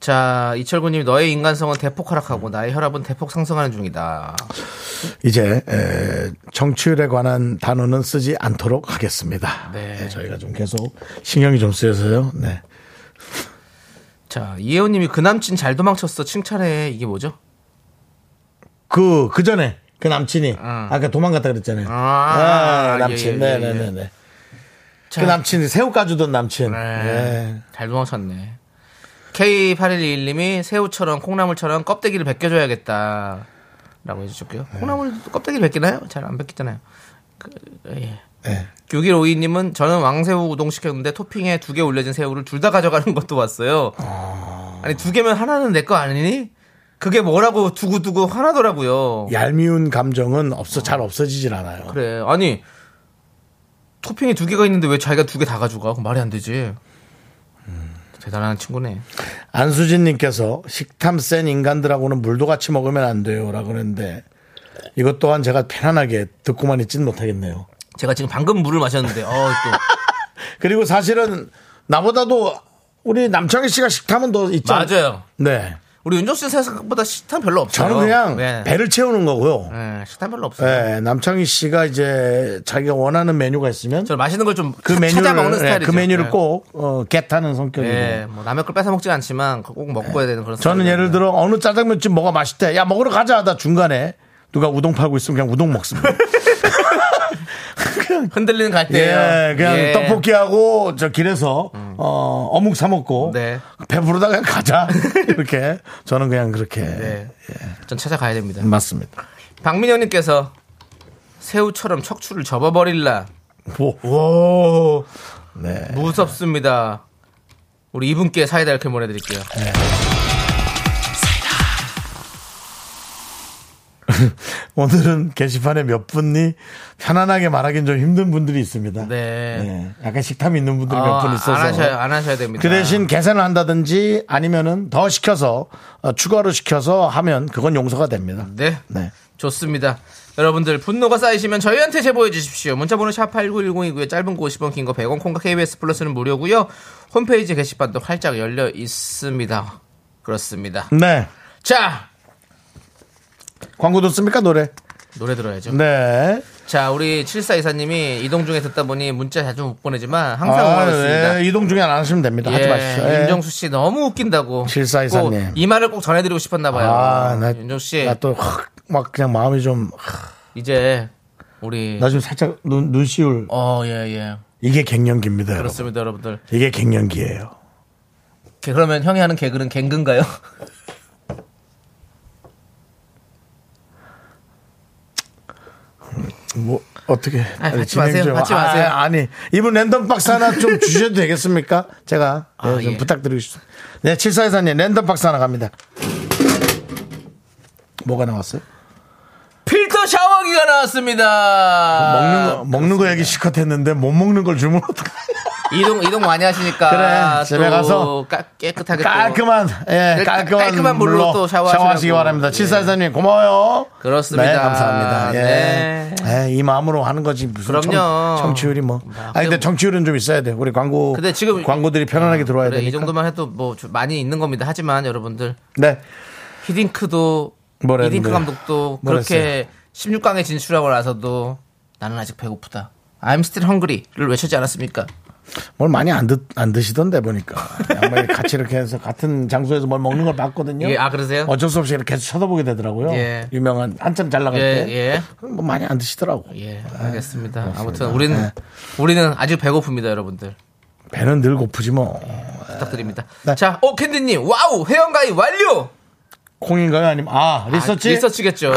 B: 자, 이철구님, 너의 인간성은 대폭 하락하고 나의 혈압은 대폭 상승하는 중이다.
A: 이제 에, 청취율에 관한 단어는 쓰지 않도록 하겠습니다.
B: 네.
A: 네, 저희가 좀 계속 신경이 좀 쓰여서요. 네.
B: 자, 이혜원님이 그 남친 잘 도망쳤어. 칭찬해. 이게 뭐죠?
A: 그, 그 전에, 그 남친이, 아까 도망갔다 그랬잖아요.
B: 음. 아,
A: 아, 남친.
B: 예, 예, 예,
A: 네네네네. 그
B: 자,
A: 남친이 새우 까주던 남친.
B: 네.
A: 예.
B: 잘 도망쳤네. K8121님이 새우처럼 콩나물처럼 껍데기를 벗겨줘야겠다. 라고 해주셨고요. 콩나물 껍데기를 벗기나요? 잘 안 벗기잖아요. 그, 예.
A: 네.
B: 6152님은 저는 왕새우 우동 시켰는데 토핑에 두 개 올려진 새우를 둘 다 가져가는 것도 왔어요. 아니, 두 개면 하나는 내 거 아니니? 그게 뭐라고 두고두고 화나더라고요.
A: 예. 얄미운 감정은 없어, 잘 없어지질 않아요.
B: 그래. 아니, 토핑이 두 개가 있는데 왜 자기가 두 개 다 가져가? 그럼 말이 안 되지. 대단한 친구네.
A: 안수진님께서 식탐 센 인간들하고는 물도 같이 먹으면 안 돼요. 라고 그러는데 이것 또한 제가 편안하게 듣고만 있진 못하겠네요.
B: 제가 지금 방금 물을 마셨는데, 어, 또.
A: 그리고 사실은 나보다도 우리 남창희 씨가 식탐은 더 있죠.
B: 맞아요.
A: 네.
B: 우리 윤정수 씨는 생각보다 식탐 별로 없어요.
A: 저는 그냥
B: 네.
A: 배를 채우는 거고요.
B: 네, 식탐 별로 없어요.
A: 예, 남창희 씨가 이제 자기가 원하는 메뉴가 있으면
B: 저는 맛있는 걸 좀
A: 그
B: 찾아
A: 메뉴를
B: 먹는
A: 예,
B: 스타일이죠.
A: 그 메뉴를
B: 네.
A: 꼭 어, 겟하는 성격이고.
B: 예, 뭐 남의 걸 뺏어 먹진 않지만 꼭 먹고 해야 되는 그런.
A: 저는
B: 스타일이거든요.
A: 예를 들어 어느 짜장면집 뭐가 맛있대. 야 먹으러 가자 하다 중간에 누가 우동 팔고 있으면 그냥 우동 먹습니다.
B: 흔들리는 갈대예요.
A: 예, 그냥
B: 예. 음.
A: 떡볶이하고 저 길에서 어, 어묵 사 먹고
B: 네.
A: 배부르다 그냥 가자 이렇게 저는 그냥 그렇게
B: 네. 전 찾아가야 됩니다.
A: 맞습니다.
B: 박민영님께서 새우처럼 척추를 접어버릴라
A: 오,
B: 오,
A: 네.
B: 무섭습니다. 우리 이분께 사이다 이렇게 보내드릴게요.
A: 오늘은 게시판에 몇 분이 편안하게 말하기는 좀 힘든 분들이 있습니다.
B: 네.
A: 네. 약간 식탐이 있는 분들이 몇
B: 어,
A: 분 있어서.
B: 안 하셔야 안 하셔야 됩니다.
A: 그 대신 계산을 한다든지 아니면은 더 시켜서 어, 추가로 시켜서 하면 그건 용서가 됩니다.
B: 네.
A: 네.
B: 좋습니다. 여러분들 분노가 쌓이시면 저희한테 제보해 주십시오. 문자번호 샵 8910이고요. 짧은 거 50원, 긴 거 100원, 콩과 KBS 플러스는 무료고요. 홈페이지 게시판도 활짝 열려 있습니다. 그렇습니다.
A: 네.
B: 자
A: 광고 듣습니까 노래?
B: 노래 들어야죠.
A: 네.
B: 자 우리 7424님이 이동 중에 듣다 보니 문자 자주 못 보내지만 항상
A: 아,
B: 응원하고 있습니다.
A: 네. 이동 중에 안 하시면 됩니다. 하지
B: 예,
A: 마십시오. 예.
B: 윤정수 씨 너무 웃긴다고.
A: 7424님.
B: 꼭이 말을 꼭 전해드리고 싶었나 봐요.
A: 아, 나,
B: 윤정수 씨
A: 나또막 그냥 마음이 좀,
B: 이제 우리
A: 나 좀 살짝 눈, 눈시울.
B: 어 예 예.
A: 이게 갱년기입니다. 여러분.
B: 그렇습니다 여러분들.
A: 이게 갱년기예요
B: 개- 그러면 형이 하는 개그는 갱근가요?
A: 뭐 어떻게
B: 아니,
A: 아니,
B: 받지
A: 진행
B: 마세요,
A: 좀-
B: 받지
A: 아,
B: 마세요.
A: 아, 아니 이분 랜덤 박스 하나 좀 주셔도 되겠습니까? 제가 네,
B: 아,
A: 좀
B: 예.
A: 부탁드리고 싶습니다. 네, 74회사님 랜덤 박스 하나 갑니다. 뭐가 나왔어요?
B: 샤워기가 나왔습니다.
A: 먹는 거, 먹는 거 얘기 실컷 했는데 못 먹는 걸 주면 어떡해.
B: 이동 이동 많이 하시니까
A: 그래, 집에
B: 또
A: 가서
B: 깔- 깨끗하게 또.
A: 깔끔한, 예,
B: 네,
A: 깔끔한,
B: 깔끔한 물로 또 샤워하시라고.
A: 기 바랍니다.
B: 예.
A: 칠사사님 고마워요.
B: 그렇습니다.
A: 네, 감사합니다. 예.
B: 네.
A: 예, 이 마음으로 하는 거지. 무슨
B: 그럼요.
A: 청, 취율이 뭐. 아 근데 청취율은 좀 있어야 돼. 우리 광고.
B: 근데 지금-
A: 광고들이 편안하게 들어와야
B: 그래,
A: 되니까.
B: 이 정도만 해도 뭐 주- 많이 있는 겁니다. 하지만 여러분들
A: 네.
B: 히딩크도
A: 뭐라
B: 히딩크
A: 했는데요?
B: 감독도
A: 뭐라
B: 그렇게 16강에 진출하고 나서도 나는 아직 배고프다. I'm still hungry를 외쳤지 않았습니까?
A: 뭘 많이 안, 듣, 안 드시던데 보니까. 양말이 같이 이렇게 해서 같은 장소에서 뭘 먹는 걸 봤거든요.
B: 예, 아, 그러세요?
A: 어쩔 수 없이 이렇게 계속 쳐다보게 되더라고요.
B: 예.
A: 유명한 한참 잘 나갈
B: 예,
A: 때.
B: 예.
A: 뭐 많이 안 드시더라고. 네.
B: 예, 알겠습니다. 아무튼 우리는
A: 예.
B: 우리는 아직 배고픕니다, 여러분들.
A: 배는 늘 고프지 뭐.
B: 부탁드립니다.
A: 네.
B: 자, 오 캔디님, 와우 회원 가입 완료.
A: 콩인가요? 아니면, 아, 리서치?
B: 아, 리서치겠죠.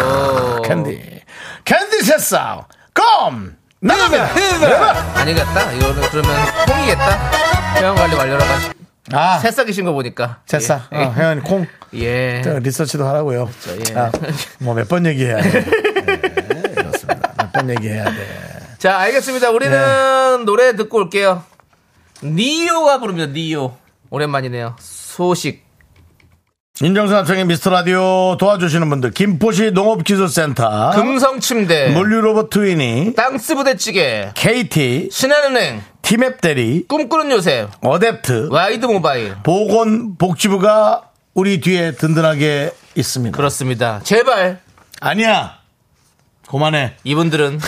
A: 캔디. 캔디 새싹. 껌! 나가면!
B: 네. 아니겠다. 이거는 그러면 콩이겠다. 회원 관리 완료라고 하시.
A: 아,
B: 새싹이신 거 보니까.
A: 새싹. 네.
B: 예.
A: 어, 혜연이 콩.
B: 예.
A: 저 리서치도 하라고요.
B: 예.
A: 자, 뭐 몇 번 얘기해야 돼. 네, 그렇습니다. 몇 번 얘기해야 돼.
B: 자, 알겠습니다. 우리는
A: 네.
B: 노래 듣고 올게요. 니오가 부릅니다. 니오. 오랜만이네요. 소식.
A: 윤정수 남창의 미스터 라디오 도와주시는 분들 김포시 농업기술센터
B: 금성 네. 침대.
A: 물류로봇 트윈이
B: 땅스 부대찌개.
A: KT
B: 신한은행.
A: 티맵 대리
B: 꿈꾸는 요새.
A: 어댑트
B: 와이드 모바일.
A: 보건복지부가 우리 뒤에 든든하게 있습니다.
B: 그렇습니다. 제발
A: 아니야. 그만해.
B: 이분들은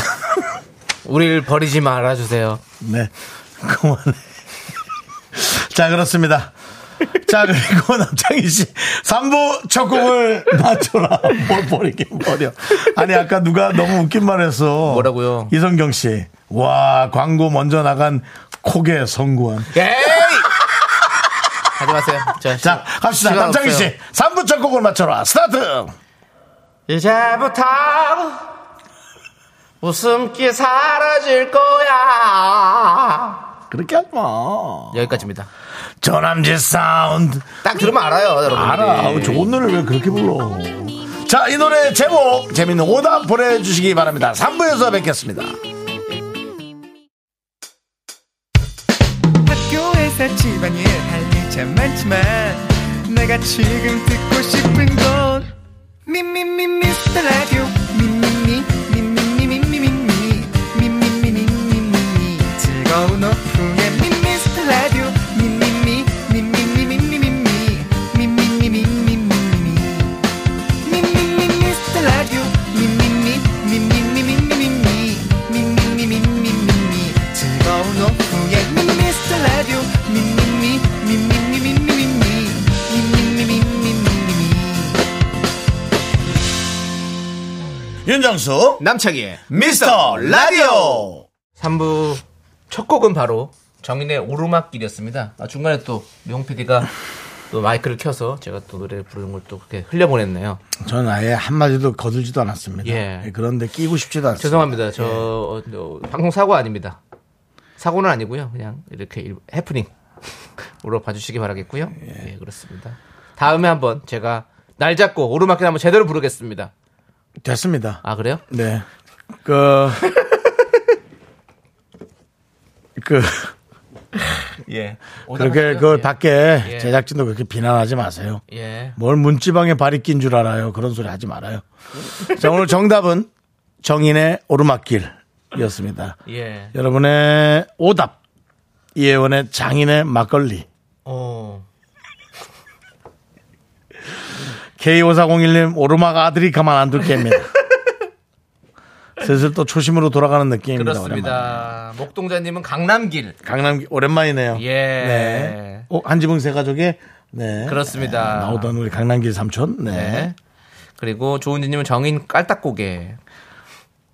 B: 우리를 버리지 말아 주세요.
A: 네. 그만해. 자, 그렇습니다. 자, 그리고 남창희 씨. 3부 첫 곡을 맞춰라. 뭘 버리게 버려. 아니, 아까 누가 너무 웃긴 말 했어.
B: 뭐라고요?
A: 이성경 씨. 와, 광고 먼저 나간 콕의 성구한.
B: 에이! 하지 마세요. 자,
A: 자, 갑시다.
B: 시간
A: 남창희
B: 없어요.
A: 씨. 3부 첫 곡을 맞춰라. 스타트!
B: 이제부터 웃음기 사라질 거야.
A: 그렇게 하지 마.
B: 여기까지입니다.
A: 저남지 사운드.
B: 딱 들으면 알아요, 여러분.
A: 알아. 아우, 좋은 노래를 왜 그렇게 불러. 자, 이 노래 제목, 재밌는 오답 보내주시기 바랍니다. 3부에서 뵙겠습니다.
D: 학교에서 집안일 할 일 참 많지만 내가 지금 듣고 싶은 건 미미미 미스터 라디오 미미미 미미미 미미미 미미미 미미미 즐거운 오후에 미스터 라디오 미미미 미미미 미미미 미미미 미미미
A: 윤정수,
B: 남창희의
A: 미스터 라디오.
B: 3부 첫 곡은 바로 정인의 오르막길이었습니다. 아, 중간에 또 미홍 PD가 또 마이크를 켜서 제가 또 노래 부르는 걸 또 그렇게 흘려보냈네요.
A: 저는 아예 한마디도 거들지도 않았습니다.
B: 예.
A: 예, 그런데 끼고 싶지도 않습니다.
B: 그렇죠. 죄송합니다. 저 어, 어, 방송 사고 아닙니다. 사고는 아니고요. 그냥 이렇게 일- 해프닝으로 봐주시기 바라겠고요. 예, 그렇습니다. 다음에 한번 제가 날 잡고 오르막길 한번 제대로 부르겠습니다.
A: 됐습니다.
B: 아 그래요?
A: 네. 그, 그,
B: 예.
A: 그렇게
B: 오답하시죠?
A: 그 밖에
B: 예.
A: 제작진도 그렇게 비난하지 마세요.
B: 예. 예.
A: 뭘 문지방에 발이 낀 줄 알아요. 그런 소리 하지 말아요. 자, 오늘 정답은 정인의 오르막길이었습니다.
B: 예.
A: 여러분의 오답. 이혜원의 장인의 막걸리.
B: 어.
A: K5401님 오르막 아들이 가만 안 둘 게입니다. 슬슬 또 초심으로 돌아가는 느낌입니다. 오랜만에.
B: 그렇습니다. 예. 목동자님은 강남길.
A: 강남 오랜만이네요.
B: 예.
A: 네. 어, 한지붕 세 가족의 네.
B: 그렇습니다.
A: 네, 나오던 우리 강남길 삼촌. 네.
B: 네. 그리고 조은지님은 정인 깔딱고개.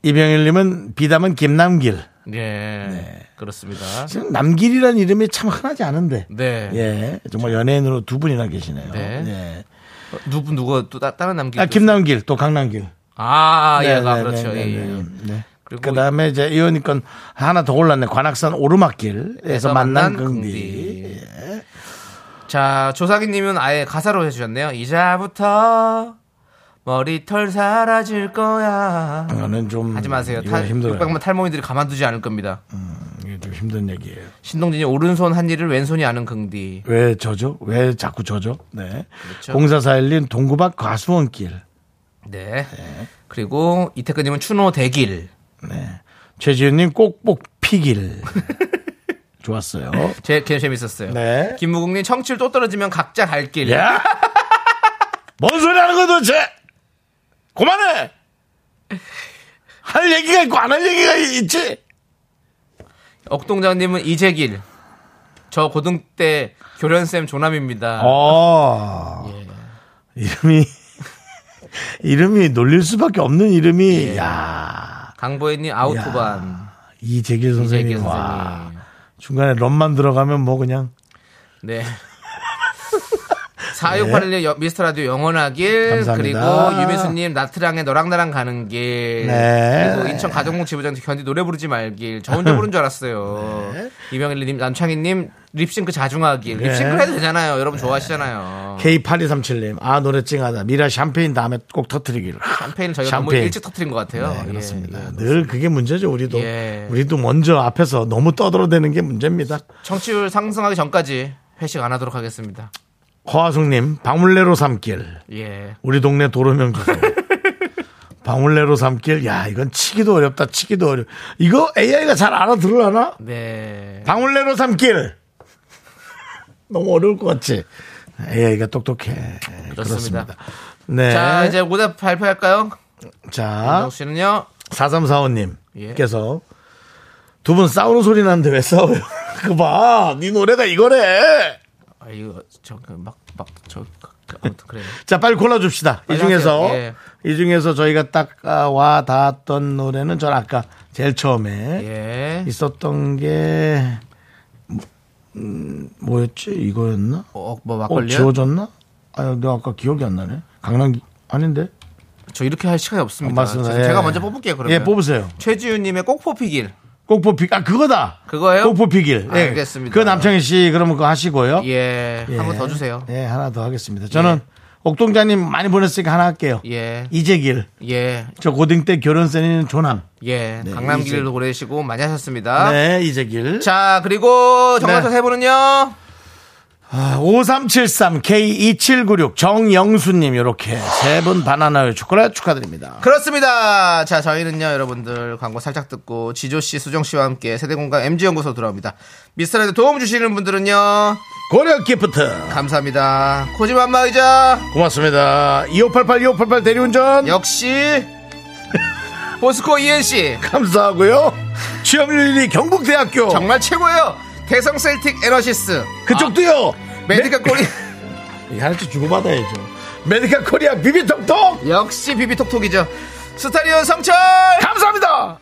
A: 이병일님은 비담은 김남길.
B: 예.
A: 네.
B: 그렇습니다.
A: 지금 남길이라는 이름이 참 흔하지 않은데.
B: 네.
A: 예. 정말 연예인으로 두 분이나 계시네요.
B: 네.
A: 예.
B: 어, 누구 누구 또 따- 다른 남길.
A: 아, 김남길, 또 강남길.
B: 아, 예,
A: 네,
B: 아,
A: 네,
B: 그렇죠.
A: 네,
B: 예, 예.
A: 네, 네.
B: 그리고
A: 그 다음에 이제 이혼이 건 하나 더 올랐네. 관악산 오르막길에서
B: 에서
A: 만난
B: 만난
A: 긍디.
B: 긍디. 자, 조사기님은 아예 가사로 해주셨네요. 이제부터 머리털 사라질 거야.
A: 나는 좀
B: 하지 마세요.
A: 음, 이거
B: 탈,
A: 힘들어요.
B: 600만 탈모인들이 가만두지 않을 겁니다.
A: 이게 좀 힘든 얘기예요.
B: 신동진이 오른손 한 일을 왼손이 아는 긍디.
A: 왜 저죠? 왜 자꾸 저죠? 네.
B: 그렇죠.
A: 공사사일린 동구박 과수원길.
B: 네. 그리고 이태근님은 추노 대길.
A: 네. 최지은님 꼭꼭 피길. 좋았어요.
B: 제, 걔 재밌었어요.
A: 네. 예.
B: 김무국님 청취율 또 떨어지면 각자 갈 길.
A: 야! 뭔 소리 하는 거 도대체! 그만해! 할 얘기가 있고 안 할 얘기가 있지!
B: 억동장님은 이재길. 저 고등 때 교련쌤 조남입니다. 아.
A: 어. 이름이, 이름이 놀릴 수밖에 없는
B: 예.
A: 이름이, 야
B: 강보혜님 아우토반.
A: 이재길 선생님.
B: 이재길
A: 와.
B: 선생님.
A: 중간에 럼만 들어가면 뭐 그냥.
B: 네. 4681의 미스터 라디오 영원하길
A: 감사합니다.
B: 그리고 유미수님 나트랑의 너랑 나랑 가는 길
A: 네.
B: 그리고 인천 가정공 지부장한테 견디 노래 부르지 말길 저 혼자 부른 줄 알았어요 이병일님 남창희님 립싱크 자중하길
A: 네.
B: 립싱크 해도 되잖아요 여러분 좋아하시잖아요
A: K8237님, 아, 노래 찡하다. 미라 샴페인 다음에 꼭 터뜨리기를.
B: 샴페인을 저희가 너무
A: 샴페인.
B: 일찍 터뜨린 것 같아요
A: 네,
B: 예.
A: 그렇습니다. 늘 그게 문제죠, 우리도.
B: 예.
A: 우리도 먼저 앞에서 너무 떠들어대는 게 문제입니다.
B: 청취율 상승하기 전까지 회식 안 하도록 하겠습니다
A: 허화숙님, 방울레로 삼길.
B: 예
A: 우리 동네 도로명 주소. 방울레로 삼길. 야, 이건 치기도 어렵다, 치기도 어려 이거 AI가 잘 알아들으려나?
B: 네.
A: 방울레로 삼길. 너무 어려울 것 같지? AI가 똑똑해. 예, 그렇습니다. 네. 아?
B: 자 이제 오답 발표할까요?
A: 자,
B: 정 씨는요.
A: 4345님께서 두 분 싸우는 소리 나는데 왜 싸워요? 그 봐. 네 노래가 이거래.
B: 아 이거 저막막저 아무튼 그래요.
A: 자, 빨리 골라줍시다. 이
B: 빨리
A: 중에서,
B: 하세요. 예.
A: 이 중에서 저희가 딱 아, 와 닿았던 노래는 전 아까 제일 처음에
B: 예.
A: 있었던 게, 음, 뭐였지? 이거였나?
B: 어, 뭐
A: 어,
B: 막걸리요?
A: 지워졌나? 아, 내가 아까 기억이 안 나네. 강남, 기- 아닌데?
B: 저 이렇게 할 시간이 없습니다.
A: 맞습니다.
B: 저-
A: 예.
B: 아, 제가 먼저 뽑을게요. 그러면.
A: 예, 뽑으세요.
B: 최지윤님의 꼭 뽑히길.
A: 꼭 뽑히, 아, 그거다!
B: 그거예요? 아,
A: 꼭 뽑히길. 예.
B: 알겠습니다.
A: 그 남창희 씨, 그러면 그거 하시고요.
B: 예. 한 번 더 주세요.
A: 예, 하나 더 하겠습니다. 저는 옥동자님 많이 보냈으니까 하나 할게요.
B: 예.
A: 이재길.
B: 예.
A: 저 고등 때 결혼생인 조남.
B: 예.
A: 네,
B: 강남길도 보내시고 많이 하셨습니다.
A: 네, 이재길. 자,
B: 자 그리고 정답자
A: 네.
B: 세 분은요.
A: 아, 5373 K2796 정영수님 이렇게 세 분 바나나의 초콜릿 축하드립니다.
B: 그렇습니다. 자, 저희는요, 여러분들 광고 살짝 듣고 지조 씨, 수정 씨와 함께 세대공감 MG 연구소 돌아옵니다. 미스터라드 도움 주시는 분들은요,
A: 그 고려 기프트
B: 감사합니다. 코지마 안마 의자
A: 고맙습니다. 2588 2588 대리운전
B: 역시 보스코 E ENC
A: 감사하고요. 취업률 1위 경북대학교
B: 정말 최고예요. 대성 셀틱 에너시스
A: 아. 그쪽도요.
B: 메디카 코리
A: 이 하나씩 주고받아야죠. 메디카 코리아 비비톡톡
B: 역시 비비톡톡이죠. 스타리온 성철
A: 감사합니다.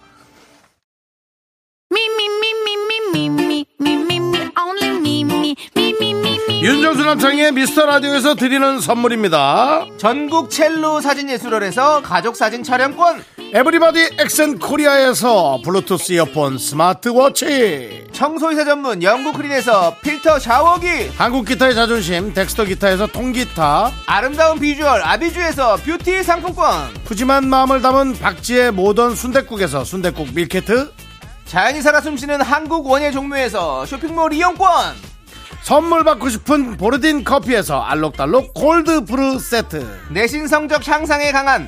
C: Me, me, me, me, me, me, me, me, me, me, only me, me, me, me, me, me.
A: 윤정수 남창의 미스터 라디오에서 드리는 선물입니다.
B: 전국 첼로 사진 예술원에서 가족 사진 촬영권
A: 에브리바디 엑센 코리아에서 블루투스 이어폰 스마트워치
B: 청소이사 전문 영국 크린에서 필터 샤워기
A: 한국 기타의 자존심 덱스터 기타에서 통기타
B: 아름다운 비주얼 아비주에서 뷰티 상품권
A: 푸짐한 마음을 담은 박지의 모던 순댓국에서 순댓국 밀키트
B: 자연이 살아 숨쉬는 한국 원예 종묘에서 쇼핑몰 이용권
A: 선물 받고 싶은 보르딘 커피에서 알록달록 골드 브루 세트
B: 내신 성적 향상에 강한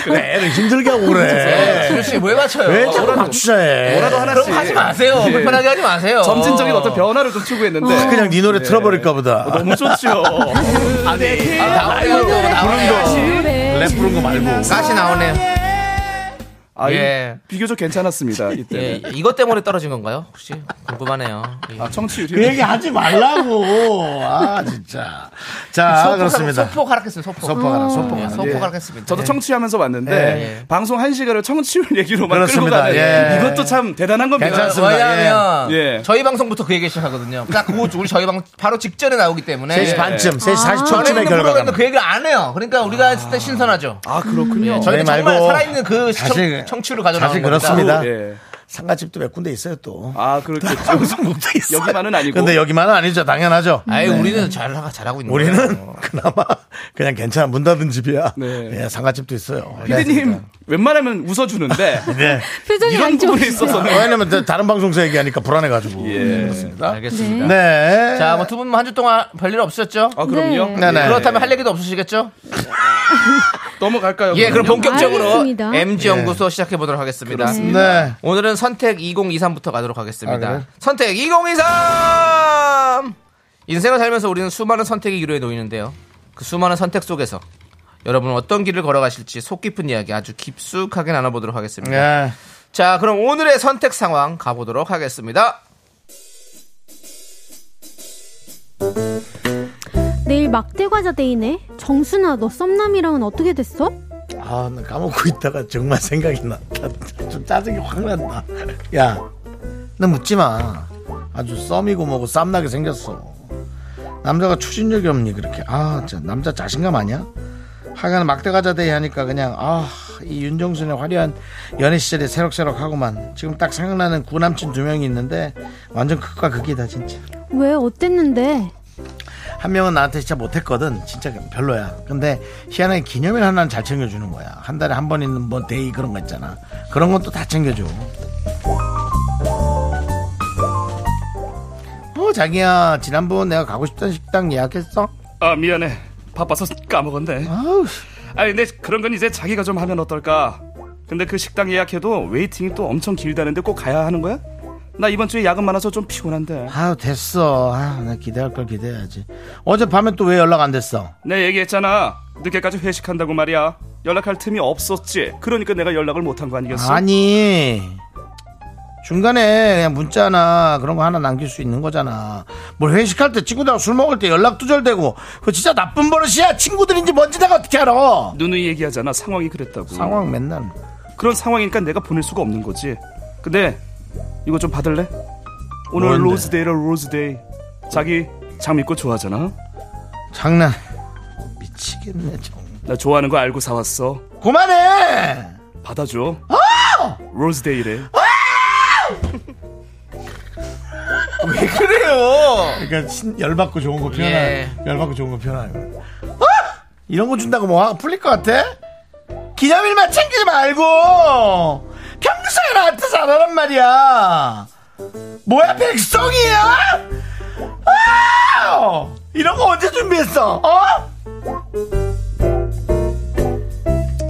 A: 그래, 애를 힘들게 하고
E: 네.
A: 그래.
B: 지효 씨왜 맞춰요?
A: 왜 자꾸 맞추자 해.
E: 뭐라도 하나씩.
B: 그럼 하지 마세요. 불편하게 하지 마세요.
E: 예. 점진적인 어떤 변화를 좀 추구했는데
A: 아, 그냥 네 노래 틀어버릴까 보다.
E: 너무 좋죠.
F: 네.
B: 아, 나오네요. 또 나오네요.
F: 노래.
A: 랩 부른 거 말고.
B: 가시 나오네요.
E: 아,
B: 예.
E: 예. 비교적 괜찮았습니다. 이때.
B: 예, 이것 때문에 떨어진 건가요? 혹시 궁금하네요. 예.
E: 아, 청취율이.
A: 그 얘기 하지 말라고. 아, 진짜. 자,
B: 소폭
A: 아, 그렇습니다.
B: 소폭 하락했어요. 소폭.
A: 소폭 하락, 소폭
B: 예,
A: 하락.
B: 소폭
A: 예.
B: 하락했습니다.
E: 저도
B: 예.
E: 청취하면서 왔는데
B: 예.
E: 방송 한 시간을 청취율 얘기로만
A: 그렇습니다.
E: 끌고 가는
A: 예.
E: 이것도 참 대단한 겁니다.
A: 괜찮습니다.
B: 예, 왜냐하면
E: 예. 예.
B: 저희 방송부터 그 얘기 시작하거든요. 딱 그거 우리 저희 방 바로 직전에 나오기 때문에
A: 3시 반쯤, 3시
B: 전에
A: 40초쯤의
B: 있는
A: 결과가.
B: 프로그램도 그 얘기를 안 해요. 그러니까 우리가 했을 때 신선하죠.
E: 아 그렇군요.
A: 저희
B: 저희는 정말
A: 말고
B: 살아있는 그 시청-
A: 사실-
B: 청취율을 가져나온
A: 사실
B: 겁니다.
A: 그렇습니다.
E: 오, 예.
A: 상가집도 몇 군데 있어요, 또.
E: 아 그렇겠죠.
A: 방송국도 있어요.
E: 여기만은 아니고.
A: 근데 여기만은 아니죠. 당연하죠.
B: 아예 우리는 잘 잘하고 있는 거예요.
A: 네. 우리는 그나마 그냥 괜찮아. 문 닫은 집이야.
E: 네.
A: 예, 상가집도 있어요.
E: 피디님 웬만하면 웃어주는데
A: 네.
F: 표정이
E: 이런
F: 안
E: 부분에
F: 좋으시죠?
E: 있어서는
A: 왜냐면 또 다른 방송사 얘기하니까 불안해가지고.
E: 예.
A: 그렇습니다.
B: 알겠습니다.
A: 네.
B: 자, 뭐 두 분만 한 주 동안 별일 없으셨죠?
E: 아 그럼요.
F: 네.
A: 네네.
B: 그렇다면 할 얘기도 없으시겠죠?
E: 넘어갈까요?
B: 예, 그럼 본격적으로
F: 알겠습니다.
B: MG 연구소 시작해 보도록 하겠습니다. 음.
A: 네.
B: 오늘은 선택 2023부터 가도록 하겠습니다.
A: 아, 그래?
B: 선택 2023! 인생을 살면서 우리는 수많은 선택의 기로에 놓이는데요. 그 수많은 선택 속에서 여러분은 어떤 길을 걸어가실지 속 깊은 이야기 아주 깊숙하게 나눠보도록 하겠습니다.
A: 예.
B: 자, 그럼 오늘의 선택 상황 가보도록 하겠습니다.
F: 내일 막대과자 데이네. 정순아, 너 썸남이랑은 어떻게 됐어?
A: 아, 나 까먹고 있다가 정말 생각이 났다. 좀 짜증이 확 난다. 야, 너 묻지 마. 아주 썸이고 뭐고 쌈나게 생겼어. 남자가 추진력이 없니 그렇게? 아, 진짜 남자 자신감 아니야? 하여간 막대가자 대회 하니까 그냥 아, 이 윤정순의 화려한 연애 시절이 새록새록하고만 지금 딱 생각나는 구남친 두 명이 있는데 완전 극과 극이다 진짜.
F: 왜 어땠는데?
A: 한 명은 나한테 진짜 못했거든. 진짜 별로야. 근데 희한하게 기념일 하나는 잘 챙겨주는 거야. 한 달에 한 번 있는 뭐 데이 그런 거 있잖아. 그런 것도 다 챙겨줘. 어, 자기야. 지난번 내가 가고 싶던 식당 예약했어?
E: 아 미안해. 바빠서 까먹었네.
F: 어?
A: 아우,
E: 아니 근데 그런 건 이제 자기가 좀 하면 어떨까? 근데 그 식당 예약해도 웨이팅이 또 엄청 길다는데 꼭 가야 하는 거야? 나 이번 주에 야근 많아서 좀 피곤한데.
A: 아우 됐어. 아, 나 기대할 걸 기대해야지. 어젯밤에 또 왜 연락 안 됐어?
E: 내 네, 얘기했잖아. 늦게까지 회식한다고 말이야. 연락할 틈이 없었지. 그러니까 내가 연락을 못한 거 아니겠어?
A: 아니 중간에 그냥 문자나 그런 거 하나 남길 수 있는 거잖아. 뭘 회식할 때 친구들하고 술 먹을 때 연락 두절되고 그거 진짜 나쁜 버릇이야. 친구들인지 뭔지 내가 어떻게 알아?
E: 누누이 얘기하잖아. 상황이 그랬다고.
F: 네.
A: 상황 맨날
E: 그런 상황이니까 내가 보낼 수가 없는 거지. 근데 이거 좀 받을래? 오늘
A: 뭔데?
E: 로즈데이라 로즈데이. 자기 장미꽃 좋아하잖아.
A: 장난 미치겠네 정.
E: 나 좋아하는 거 알고 사왔어.
A: 그만해. 어!
E: 받아줘. 로즈데이래.
B: 그래요!
A: 그러니까 신- 열받고 좋은 거 표현하
B: 예.
A: 열받고 좋은 거 표현하는 거. 아! 이런 거 준다고 뭐 화가 풀릴 것 같아? 기념일만 챙기지 말고 평소에 나한테 잘하란 말이야 뭐야 백성이야? 아! 이런 거 언제 준비했어? 어?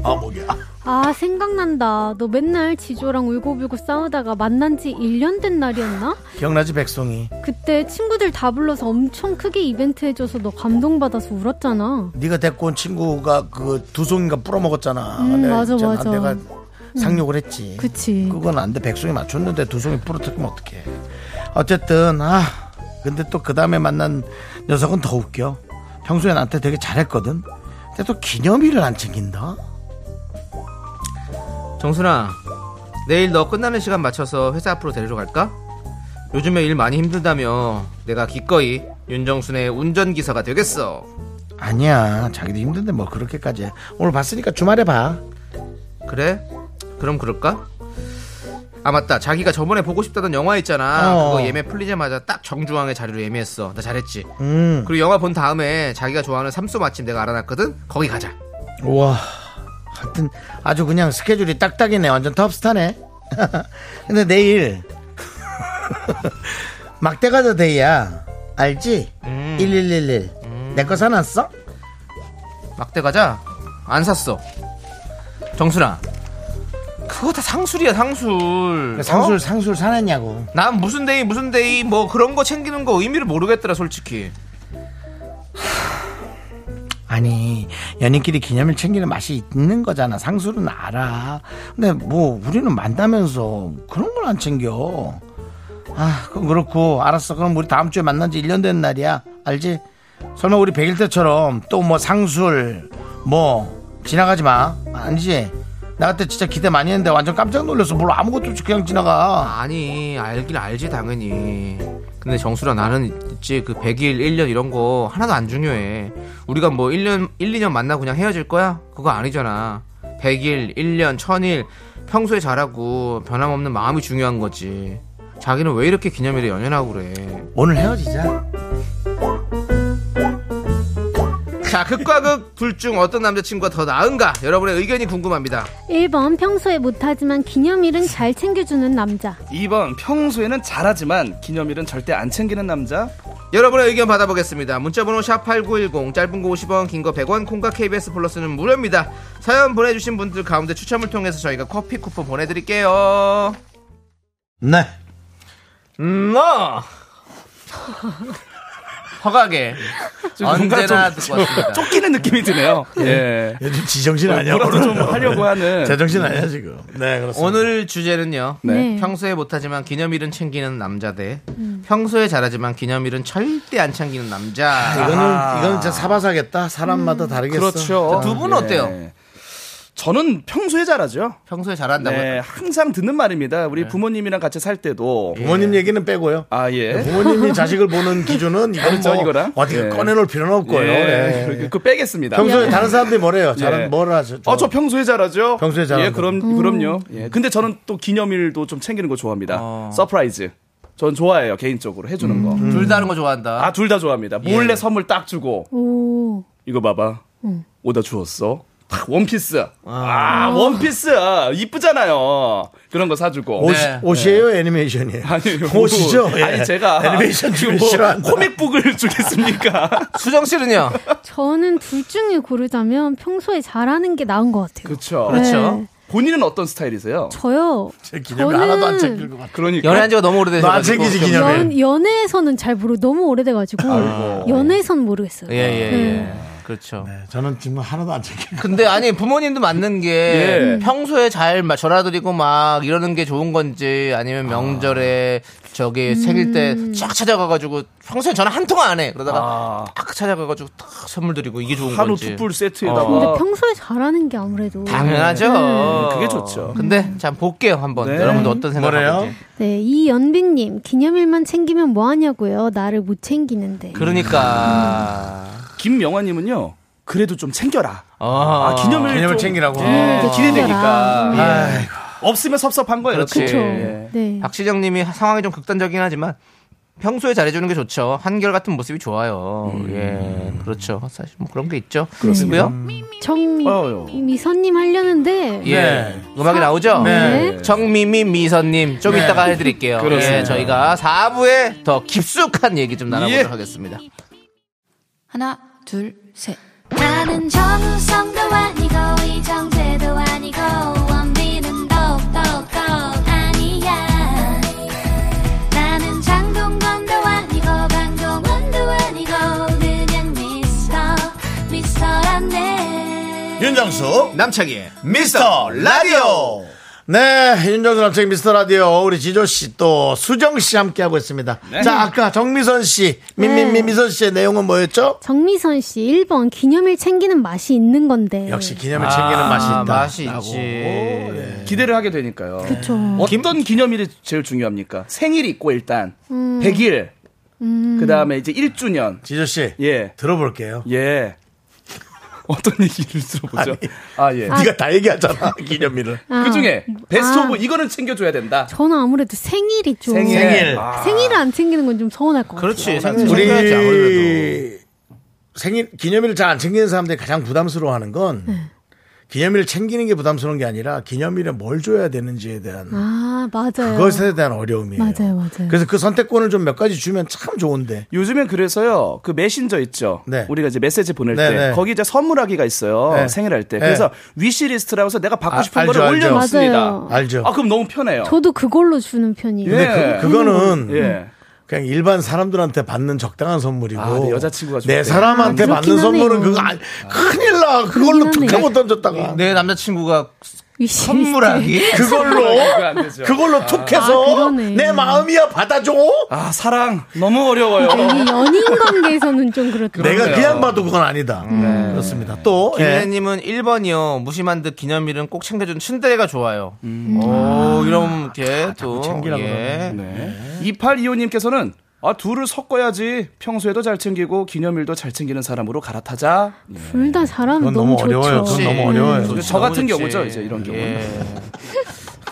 A: 아 목이야
F: 아, 생각난다. 너 맨날 지조랑 울고불고 싸우다가 만난 지 1년 된 날이었나?
A: 기억나지 백송이
F: 그때 친구들 다 불러서 엄청 크게 이벤트 해줘서 너 감동받아서 울었잖아.
A: 네가 데리고 온 친구가 그 두 송이가 뿌려먹었잖아
F: 음,
A: 내가
F: 맞아,
A: 있잖아.
F: 맞아. 음.
A: 내가 상욕을 했지
F: 그치.
A: 그건 안 돼. 백송이 맞췄는데 두 송이 부러뜨리면 어떡해. 어쨌든, 아, 근데 또 그 다음에 만난 녀석은 더 웃겨. 평소에 나한테 되게 잘했거든. 근데 또 기념일을 안 챙긴다?
B: 정순아, 내일 너 끝나는 시간 맞춰서 회사 앞으로 데리러 갈까? 요즘에 일 많이 힘들다며 내가 기꺼이 윤정순의 운전기사가 되겠어.
A: 아니야. 자기도 힘든데 뭐 그렇게까지 해. 오늘 봤으니까 주말에 봐.
B: 그래? 그럼 그럴까? 아 맞다 자기가 저번에 보고 싶다던 영화 있잖아
A: 어.
B: 그거 예매 풀리자마자 딱 정중앙의 자리로 예매했어 나 잘했지
A: 음.
B: 그리고 영화 본 다음에 자기가 좋아하는 삼수 맛집 내가 알아놨거든 거기 가자
A: 우와. 하여튼 아주 그냥 스케줄이 딱딱이네. 완전 톱스타네. 근데 내일 막대가자 데이야. 알지? 1111. 내 거 사놨어?
B: 막대 가자 안 샀어 정순아 그거 다 상술이야 상술
A: 네, 그 상술
B: 어?
A: 상술 사놨냐고.
B: 난 무슨 데이 무슨 데이 뭐 그런 거 챙기는 거 의미를 모르겠더라 솔직히
A: 아니 연인끼리 기념일 챙기는 맛이 있는 거잖아. 상술은 알아. 근데 뭐 우리는 만나면서 그런 걸 안 챙겨. 아 그건 그렇고 알았어. 그럼 우리 다음 주에 만난 지 1년 된 날이야. 알지? 설마 우리 100일 때처럼 또 뭐 상술 뭐 지나가지 마. 아니지? 나 그때 진짜 기대 많이 했는데 완전 깜짝 놀랐어. 뭘 아무것도 없이 그냥 지나가.
B: 아니 알긴 알지 당연히 근데 정수라 나는 있지 그 100일 1년 이런 거 하나도 안 중요해 우리가 뭐 1년 1, 2년 만나 그냥 헤어질 거야? 그거 아니잖아 100일 1년 1000일 평소에 잘하고 변함없는 마음이 중요한 거지 자기는 왜 이렇게 기념일에 연연하고 그래
A: 오늘 헤어지자.
B: 자 극과 극 둘 중 어떤 남자친구가 더 나은가 여러분의 의견이 궁금합니다
F: 1번 평소에 못하지만 기념일은 잘 챙겨주는 남자.
E: 2번 평소에는 잘하지만 기념일은 절대 안 챙기는 남자
B: 여러분의 의견 받아보겠습니다. 문자번호 샵8910 짧은 거 50원 긴 거 100원 콩과 KBS 플러스는 무료입니다. 사연 보내주신 분들 가운데 추첨을 통해서 저희가 커피 쿠폰 보내드릴게요.
A: 네.
B: 음,
E: 아!
B: 어. 허각에 언제나 듣고 왔습니다.
E: 쫓기는 느낌이 드네요 예
A: 요즘 지정신 아니야?
E: 뭐라도 좀 하려고 하는
A: 제정신 아니야 지금. 네 그렇습니다.
B: 오늘 주제는요.
F: 네.
B: 평소에 못하지만 기념일은 챙기는 남자 대 평소에 잘하지만 기념일은 절대 안 챙기는 남자.
E: 아,
A: 이거는 이거는 진짜 사바사겠다. 사람마다 다르겠어.
E: 그렇죠
B: 두 분은
E: 예.
B: 어때요?
E: 저는 평소에 잘하죠
B: 평소에 잘한다고
E: 네, 항상 듣는 말입니다. 우리 부모님이랑 같이 살 때도
A: 부모님 얘기는 빼고요.
E: 아 예.
A: 예. 부모님이 자식을 보는 기준은 이건
E: 그렇죠,
A: 뭐
E: 이거랑.
A: 어디
E: 예.
A: 꺼내놓을 필요는 없고요.
E: 예,
A: 예.
E: 그, 그 빼겠습니다.
A: 평소에 다른 사람들이 뭐래요? 잘한
E: 예.
A: 뭘 하죠?
E: 어, 저 평소에 잘하죠.
A: 평소에 잘한다.
E: 예, 그럼 그럼요. 예. 근데 저는 또 기념일도 좀 챙기는 거 좋아합니다. 음. 서프라이즈. 전 좋아해요 개인적으로 해주는 거.
B: 둘 다 하는 거 좋아한다. 예.
E: 아 둘 다 좋아합니다. 몰래 선물 딱 주고
F: 오,
E: 이거 봐봐.
F: 음.
E: 오다 주웠어. 탁, 원피스. 아, 원피스 이쁘잖아요. 그런 거 사주고.
A: 옷,
B: 네.
A: 옷이에요? 애니메이션이에요?
E: 예. 아니요. 뭐
A: 옷이죠? 예.
E: 아니 제가
A: 애니메이션
E: 지금 뭐
A: 주면 싫어한다.
E: 코믹북을 주겠습니까?
B: 수정 씨는요?
F: 저는 둘 중에 고르자면 평소에 잘하는 게 나은 것 같아요.
E: 그렇죠.
B: 그렇죠.
F: 네.
E: 본인은 어떤 스타일이세요?
F: 저요.
A: 제 기념일 하나도 안 챙길 것 같아.
E: 그러니까
B: 연애한 지가 너무 오래되셔
A: 너안 챙기지 기념일.
E: 네.
F: 연, 연애에서는 잘 모르, 너무 오래돼가지고. 연애에선 모르겠어요.
B: 예, 예,
F: 네.
B: 예. 그렇죠.
A: 네, 저는 지금 하나도 안 챙길 것
B: 근데 아니 부모님도 맞는 게
E: 예.
B: 평소에 잘막 전화드리고 막 이러는 게 좋은 건지 아니면 명절에 저기 생일 때 쫙 찾아가가지고 평소에 전화 한 통 안 해. 그러다가 딱 찾아가가지고 딱 선물 드리고 이게 좋은
E: 아. 한우
B: 건지.
E: 숯불 세트에다가
F: 근데 평소에 잘하는 게 아무래도.
B: 당연하죠.
E: 음. 그게 좋죠.
B: 근데 참 볼게요 한번
E: 네.
B: 여러분들 어떤
A: 같아요. 뭐래요?
B: 생각하는지.
F: 네, 이연빈님, 기념일만 챙기면 뭐하냐고요. 나를 못 챙기는데.
B: 그러니까.
E: 김영화님은요. 그래도 좀 챙겨라.
B: 아,
E: 아, 기념일 음. 좀-
A: 기념일 챙기라고.
E: 예,
F: 아.
E: 기대되니까.
A: 같아요.
E: 없으면 섭섭한 거예요.
B: 그렇지.
F: 그쵸.
B: 예.
F: 네.
B: 박시정님이 상황이 좀 극단적이긴 하지만 평소에 잘해주는 게 좋죠. 한결같은 모습이 좋아요. 예, 그렇죠. 사실 뭐 그런 게 있죠. 그렇고요.
E: 어요.
F: 정미선님 하려는데.
B: 예, 음악이 나오죠.
F: 네.
B: 정미미 미선님 좀 이따가 해드릴게요.
E: 그렇습니다.
B: 예, 저희가 4부에 더 깊숙한 얘기 좀 나눠보도록
E: 예.
B: 하겠습니다.
G: 하나, 둘, 셋.
C: 나는 정우성도 아니고 이정재도 아니고 원빈은 더욱더 아니야 나는 장동건도 아니고 강동원도 아니고 그냥 미스터 미스터란데
A: 윤정수
B: 남창희의 미스터 라디오
A: 네, 윤정수 남창 미스터 라디오 우리 지조 씨 또 수정 씨 함께 하고 있습니다.
E: 네.
A: 자, 아까 정미선 씨, 민민민 미선 씨의 내용은 뭐였죠?
F: 정미선 씨 1번 기념일 챙기는 맛이 있는 건데.
E: 네.
A: 역시
E: 아,
A: 기념일 챙기는 맛이 있다.
B: 아, 맛이
A: 라고.
B: 있지.
E: 기대를 하게 되니까요.
F: 그쵸.
E: 어떤 기념일이 제일 중요합니까? 생일이 있고 일단 100일. 그다음에 이제 1주년.
A: 지조 씨,
E: 예.
A: 들어볼게요.
E: 예. 어떤 얘기를 들어보죠? 아, 예.
A: 네가 다 얘기하잖아 기념일을.
F: 아,
E: 그 중에 베스트
F: 아.
E: 오브 이거는 챙겨줘야 된다.
F: 저는 아무래도 생일이 좀
E: 생일.
A: 생일.
F: 을안 챙기는 건 좀 서운할 것 같아요.
B: 그렇지. 생일
A: 우리
B: 챙겨야지 아무래도.
A: 생일 기념일을 잘 안 챙기는 사람들이 가장 부담스러워하는 건
E: 네.
A: 기념일을 챙기는 게 부담스러운 게 아니라 기념일에 뭘 줘야 되는지에 대한
F: 아 맞아요.
A: 그것에 대한 어려움이에요.
F: 맞아요, 맞아요.
A: 그래서 그 선택권을 좀 몇 가지 주면 참 좋은데.
E: 요즘엔 그래서요 그 메신저 있죠.
A: 네.
E: 우리가 이제 메시지 보낼
A: 네,
E: 때
A: 네.
E: 거기 이제 선물하기가 있어요.
A: 네.
E: 생일할 때.
A: 네.
E: 그래서 위시리스트라고 해서 내가
A: 아,
E: 받고 싶은
A: 알죠,
E: 거를
A: 알죠.
E: 올려놓습니다.
B: 네.
F: 맞아요.
A: 알죠.
E: 아 그럼 너무 편해요.
F: 어. 저도 그걸로 주는 편이에요.
E: 예.
A: 근데 그, 그거는
E: 예.
A: 그냥 일반 사람들한테 받는 적당한 선물이고
E: 아, 네, 여자친구가 줬대.
A: 내 사람한테
F: 아,
A: 받는
F: 그렇긴
A: 선물은
F: 하네요.
A: 그거 아니- 큰일 나 그걸로
F: 그렇긴
A: 특혜
F: 하네요.
A: 못 던졌다가
B: 내 남자친구가
F: 위시리스트. 네.
B: 선물하기?
E: 네. 그거
A: 그걸로
E: 안 되죠.
A: 그걸로 툭해서
F: 아, 그러네.
A: 내 마음이야 받아줘
E: 아 사랑 너무 어려워요.
F: 이 연인 관계에서는 좀 그렇죠. 그렇다.
A: 내가
E: 그러네요. 네.
A: 그냥 봐도 그건 아니다 그렇습니다 또 예.
B: 어, 김혜님은 1번이요. 무심한 듯 기념일은 꼭 챙겨준 츤데레가 좋아요.
A: 음.
B: 오, 이런 게 또.
A: 아, 챙기라
B: 예.
E: 네. 2825님께서는 아 둘을 섞어야지 평소에도 잘 챙기고 기념일도 잘 챙기는 사람으로 갈아타자.
F: 둘 다 잘하면
A: 그건
F: 너무,
A: 너무
F: 좋죠. 네.
A: 어려워요. 그건 너무 어려워요.
E: 근데 저 같은 경우죠, 이제 이런 경우는.